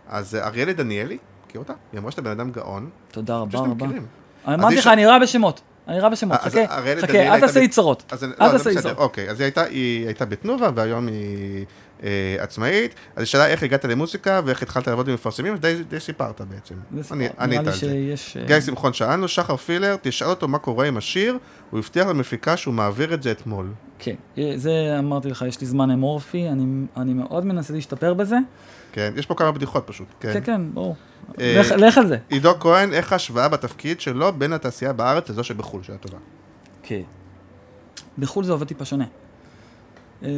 אז אה, אריאלה דניאלי, מכיר אותה? היא אמרה שאתה בן אדם גאון. תודה רבה אני חושב שאתם רבה. אה, מכירים. אמרתי יש- לך, אני רע בשמות. אני רע בשמות. אה, אז חכה, הראל חכה, דניאל אל הייתה תעשה לי ב- צרות. אז אני- אל לא, זה תעשה לי בסדר, צרות. אוקיי, אז היא הייתה- היא הייתה בתנובה והיום היא אה, עצמאית. אז השאלה איך הגעת למוסיקה ואיך התחלת לעבוד עם מפרסמים, די די סיפרת בעצם. זה סיפור. אני- נראה ענית לי על זה. שיש... אה, גיא שמחון שאלנו, שחר פילר, תשאל אותו מה קורה עם השיר, הוא הבטיח למפיקה שהוא מעביר את זה אתמול. כן, אה, זה אמרתי לך, יש לי זמן אמורפי, אני- אני מאוד מנסה להשתפר בזה. כן, יש פה כמה בדיחות פשוט, כן. כן, כן, ברור. אה, לך- לך על זה. עידו כהן, איך ההשוואה בתפקיד שלו בין התעשייה בארץ לזו שבחו"ל, שאלה טובה. כן. בחו"ל זה עובד טיפה שונה. אה,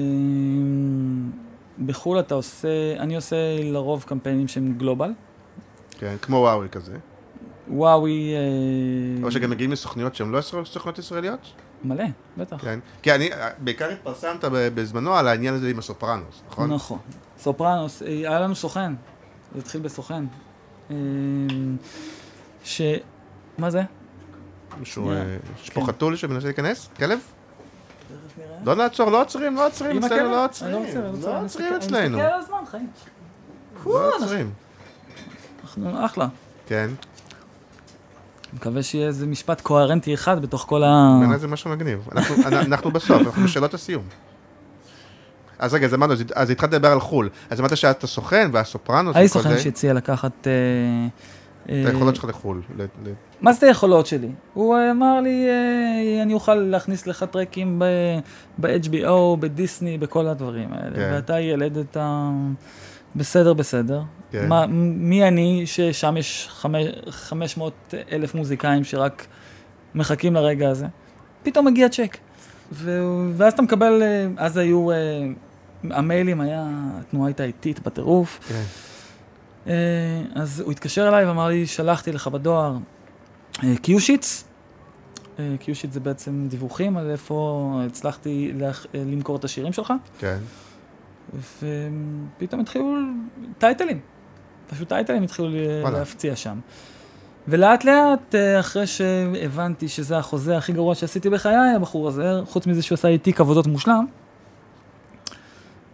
בחו"ל אתה עושה, אני עושה לרוב קמפיינים שהם גלובל. כן, כמו וואוי כזה. וואוי... או אה, שגם מגיעים מסוכניות שהן לא סוכניות ישראליות? מלא, בטח. כן? כי אני, בעיקר התפרסמת ב- בזמנו על העניין הזה עם הסופרנוס, נכון? נכון. סופרנוס, אה, היה לנו סוכן, זה התחיל בסוכן. אה, ש... מה זה? מישהו, שנייה. כן. אה, יש פה חתול שמנסה להיכנס? כלב? תכף נראה. לא לעצור, לא עוצרים, לא עוצרים, עם אצלנו הכלב? לא אני עוצרים. רוצה, אני רוצה, לא אני עוצרים מסתכל- אצלנו. אני מסתכל על הזמן, חיים. לא עוצרים. אנחנו אחלה. כן. אה. אני מקווה שיהיה איזה משפט קוהרנטי אחד בתוך כל ה... בעיניי זה משהו מגניב. אנחנו- אנ- אנחנו בסוף, אנחנו בשאלות הסיום. אז רגע, אז אמרנו, אז- אז התחלת לדבר על חו"ל. אז אמרת שאת הסוכן והסופרנוס היה וכל סוכן זה, שהציע לקחת... אה, את אה, היכולות שלך לחו"ל. ל- ל- מה זה את היכולות שלי? הוא אה, אמר לי, אה, אני אוכל להכניס לך טרקים ב- ב-HBO, בדיסני, בכל הדברים האלה. כן. ואתה ילד את ה... בסדר, בסדר. כן. מה, מ- מי אני ששם יש חמש- 500 אלף מוזיקאים שרק מחכים לרגע הזה? פתאום מגיע צ'ק. והוא- ואז אתה מקבל, אה, אז היו, אה, המיילים היה, התנועה הייתה איטית בטירוף. כן. אה, אז הוא התקשר אליי ואמר לי, שלחתי לך בדואר אה, קיושיץ. אה, קיושיץ זה בעצם דיווחים על איפה הצלחתי להכ- אה, למכור את השירים שלך. כן. ופתאום התחילו טייטלים. פשוט טייטלים התחילו ל- וואלה. להפציע שם. ולאט לאט, אה, אחרי שהבנתי שזה החוזה הכי גרוע שעשיתי בחיי, הבחור הזה, חוץ מזה שהוא עשה איתי תיק עבודות מושלם,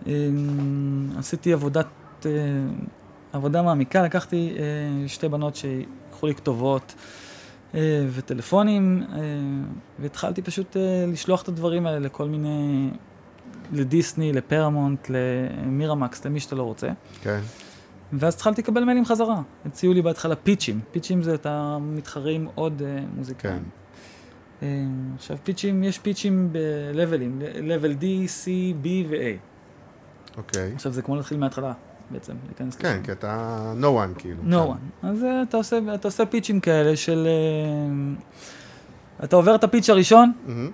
אה, עשיתי עבודת, אה, עבודה מעמיקה, לקחתי אה, שתי בנות שיקחו לי כתובות אה, וטלפונים, אה, והתחלתי פשוט אה, לשלוח את הדברים האלה לכל מיני לדיסני, לפרמונט, למירמקס, למי שאתה לא רוצה. כן. ואז התחלתי לקבל מיילים חזרה. הציעו לי בהתחלה פיצ'ים. פיצ'ים זה את המתחרים עוד אה, מוזיקאים. כן. עכשיו פיצ'ים, יש פיצ'ים בלבלים, level D, C, B ו-A. אוקיי. עכשיו זה כמו להתחיל מההתחלה בעצם, להיכנס כן, כי אתה no one כאילו. no one. אז אה, אתה עושה, אתה עושה פיצ'ים כאלה של... אה, אתה עובר את הפיצ' הראשון, מהמם.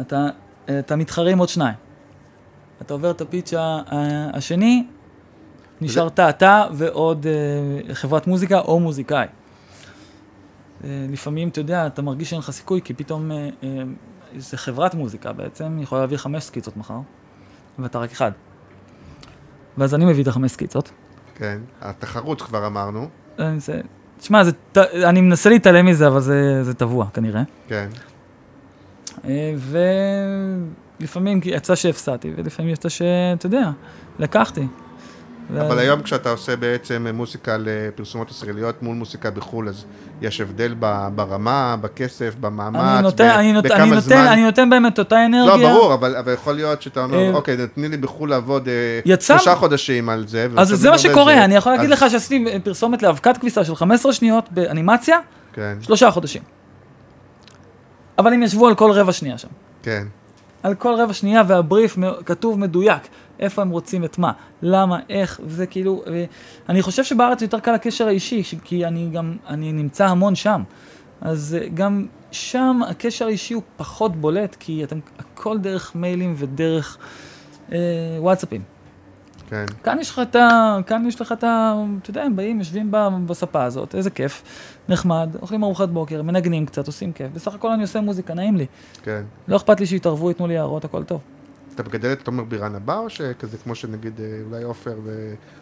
אתה, אה, אתה מתחרה עם עוד שניים. אתה עובר את הפיץ' ה- ה- השני, נשארת אתה ועוד אה, חברת מוזיקה או מוזיקאי. אה, לפעמים, אתה יודע, אתה מרגיש שאין לך סיכוי, כי פתאום אה, אה, זה חברת מוזיקה בעצם, יכולה להביא חמש סקיצות מחר, ואתה רק אחד. ואז אני מביא את החמש סקיצות. כן. התחרות כבר אמרנו. אה, זה- תשמע, זה ת- אני מנסה להתעלם מזה, אבל זה, זה טבוע כנראה. כן. אה, ולפעמים יצא שהפסדתי, ולפעמים יצא שאתה יודע, לקחתי. אבל היום כשאתה עושה בעצם מוסיקה לפרסומות ישראליות מול מוסיקה בחו"ל, אז יש הבדל ב- ברמה, בכסף, במאמץ, אני נותן, ב- אני נותן, בכמה אני נותן, זמן. אני נותן בהם את אותה לא, אנרגיה. ברור, אבל, אבל יכול להיות שאתה אומר, אה, אוקיי, נתני לי בחו"ל לעבוד אה, יצא- שלושה חודשים על זה. אז ועכשיו זה מה אני עובד שקורה, זה. אני יכול להגיד אז- לך שעשיתי אה, פרסומת לאבקת כביסה של 15 שניות באנימציה, כן, שלושה חודשים. אבל הם ישבו על כל רבע שנייה שם. כן, על כל רבע שנייה, והבריף מ- כתוב מדויק, איפה הם רוצים את מה, למה, איך, וזה כאילו, אה, אני חושב שבארץ יותר קל הקשר האישי, ש- כי אני גם, אני נמצא המון שם. אז אה, גם שם הקשר האישי הוא פחות בולט, כי אתם, הכל דרך מיילים ודרך אה, וואטסאפים. כן, כאן יש לך את ה... כאן יש לך את ה... אתה יודע, הם באים, יושבים ב- בספה הזאת, איזה כיף, נחמד, אוכלים ארוחת בוקר, מנגנים קצת, עושים כיף. בסך הכל אני עושה מוזיקה, נעים לי. כן. לא אכפת לי שיתערבו, ייתנו לי הערות, הכל טוב. אתה מגדל את תומר בירן הבא, או שכזה כמו שנגיד אה, אולי עופר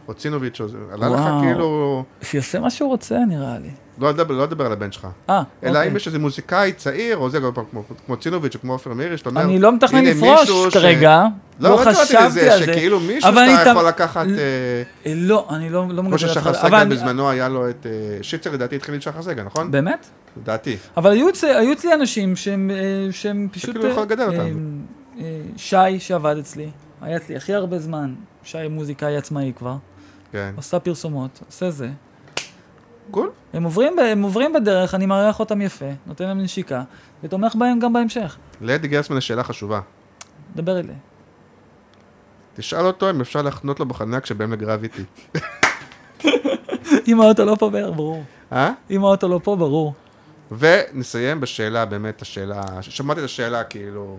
ואוצינוביץ', או זה- עלה לך וואו. כאילו, שיעשה מה שהוא רוצה, נראה לי. לא לדבר לא לדבר על הבן שלך. אה, אלא אוקיי. אם יש איזה מוזיקאי צעיר, או זה גם פעם, כמו- כמו צינוביץ' או כמו עופר מאירי, שאתה אומר, אני לא מתכנן "הנה לפרוש מישהו ש- כרגע, לא, לא לא התכוונתי חשבתי לזה, על זה. שכאילו מישהו אבל אני שאתה תמ- יכול לקחת, אה, אה, לא, אני לא לא כמו מגדל אף ששחר אחד. סגל אבל- בזמנו היה לו את, אה, שיצר לדעתי התחיל עם שחר סגל, נכון? באמת? לדעתי. אבל היו אצלי- היו אצלי אנשים שהם אה, שהם פשוט... שכאילו יכול אה, לגדל אותם. אה, אה, שי, שעבד אצלי, היה אצלי הכי הרבה זמן, שי מוזיקאי עצמאי כבר, כן. עושה פרסומות, עושה זה. קול. הם עוברים, ב- הם עוברים בדרך, אני מארח אותם יפה, נותן להם נשיקה, ותומך בהם גם בהמשך. לידי גרסמן יש שאלה חשובה. דבר אליי. תשאל אותו אם אפשר להחנות לו בחנק שבהם לגרב איתי. אם האוטו לא פה, ברור. אה? אם האוטו לא פה, ברור. ונסיים בשאלה, באמת השאלה, ש- שמעתי את השאלה כאילו,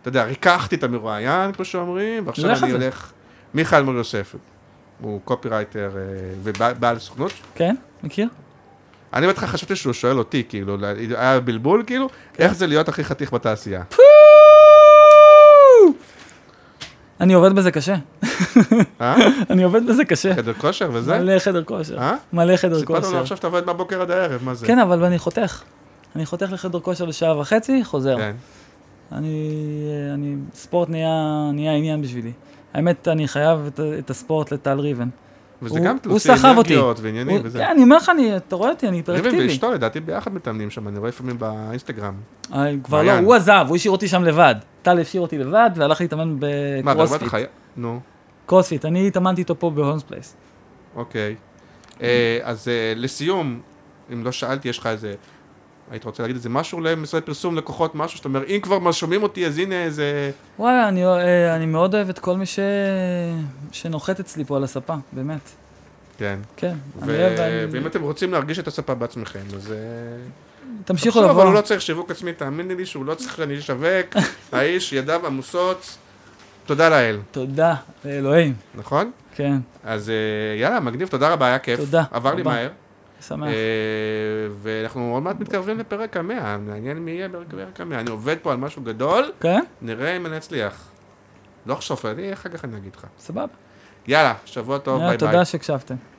אתה יודע, ריככתי את המרואיין, כמו שאומרים, ועכשיו לך אני על זה. הולך... מיכאל מור יוסף, הוא קופירייטר אה, ובעל סוכנות, כן? מכיר? אני בהתחלה חשבתי שהוא שואל אותי, כאילו, ל- היה בלבול, כאילו, איך זה להיות הכי חתיך בתעשייה? אני עובד בזה קשה. אה? אני עובד בזה קשה. חדר כושר וזה? מלא חדר כושר. אה? מלא חדר סיפרת לנו כושר. עכשיו שאתה עובד מהבוקר עד הערב, מה זה? כן, אבל אני חותך. אני חותך לחדר כושר לשעה וחצי, חוזר. כן. אני, אני, ספורט נהיה, נהיה עניין בשבילי. האמת, אני חייב את, ה- את הספורט לטל ריבן. וזה הוא- גם הוא תלושי סחב אותי. אנרגיות ועניינים הוא- וזה. כן, אני אומר לך, אני- אתה רואה אותי, אני ריבן היפראקטיבי. ואשתו לדעתי ביחד מתאמנים שם, אני רואה לפעמים באינסטגרם. אה, כבר לא, מעיין. הוא עזב, הוא השאיר אותי שם לבד. טל השאיר אותי לבד והלך להתאמן מה, ברמת בקרוספיט. חיה? נו, קרוספיט, אני התאמנתי איתו פה בהונס פלייס. אוקיי. אה, אז אה, לסיום, אם לא שאלתי, יש לך איזה... היית רוצה להגיד איזה משהו למשרד פרסום, לקוחות, משהו שאתה אומר, אם כבר מה שומעים אותי, אז הנה איזה... וואלה, אני, אה, אני מאוד אוהב את כל מי ש... שנוחת אצלי פה על הספה, באמת. כן. כן, ו... אני אוהב... ו- אני... ואם אתם רוצים להרגיש את הספה בעצמכם, אז... אה, תמשיכו לא, לבוא. אבל הוא לא צריך שיווק עצמי, תאמיני לי שהוא לא צריך להשווק, האיש, ידיו עמוסות, תודה לאל, תודה לאלוהים, נכון? כן, אז אה, יאללה, מגניב, תודה רבה, היה כיף. תודה, עבר לי רבה. מהר. שמח. אה, ואנחנו עוד מעט מתקרבים לפרק המאה, מעניין מי יהיה בפרק המאה. אני עובד פה על משהו גדול, כן? נראה אם אני אצליח. לא חשוף, אני אחר כך אני אגיד לך. סבבה. יאללה, שבוע טוב, יאללה, ביי ביי. אה, תודה שהקשבתם.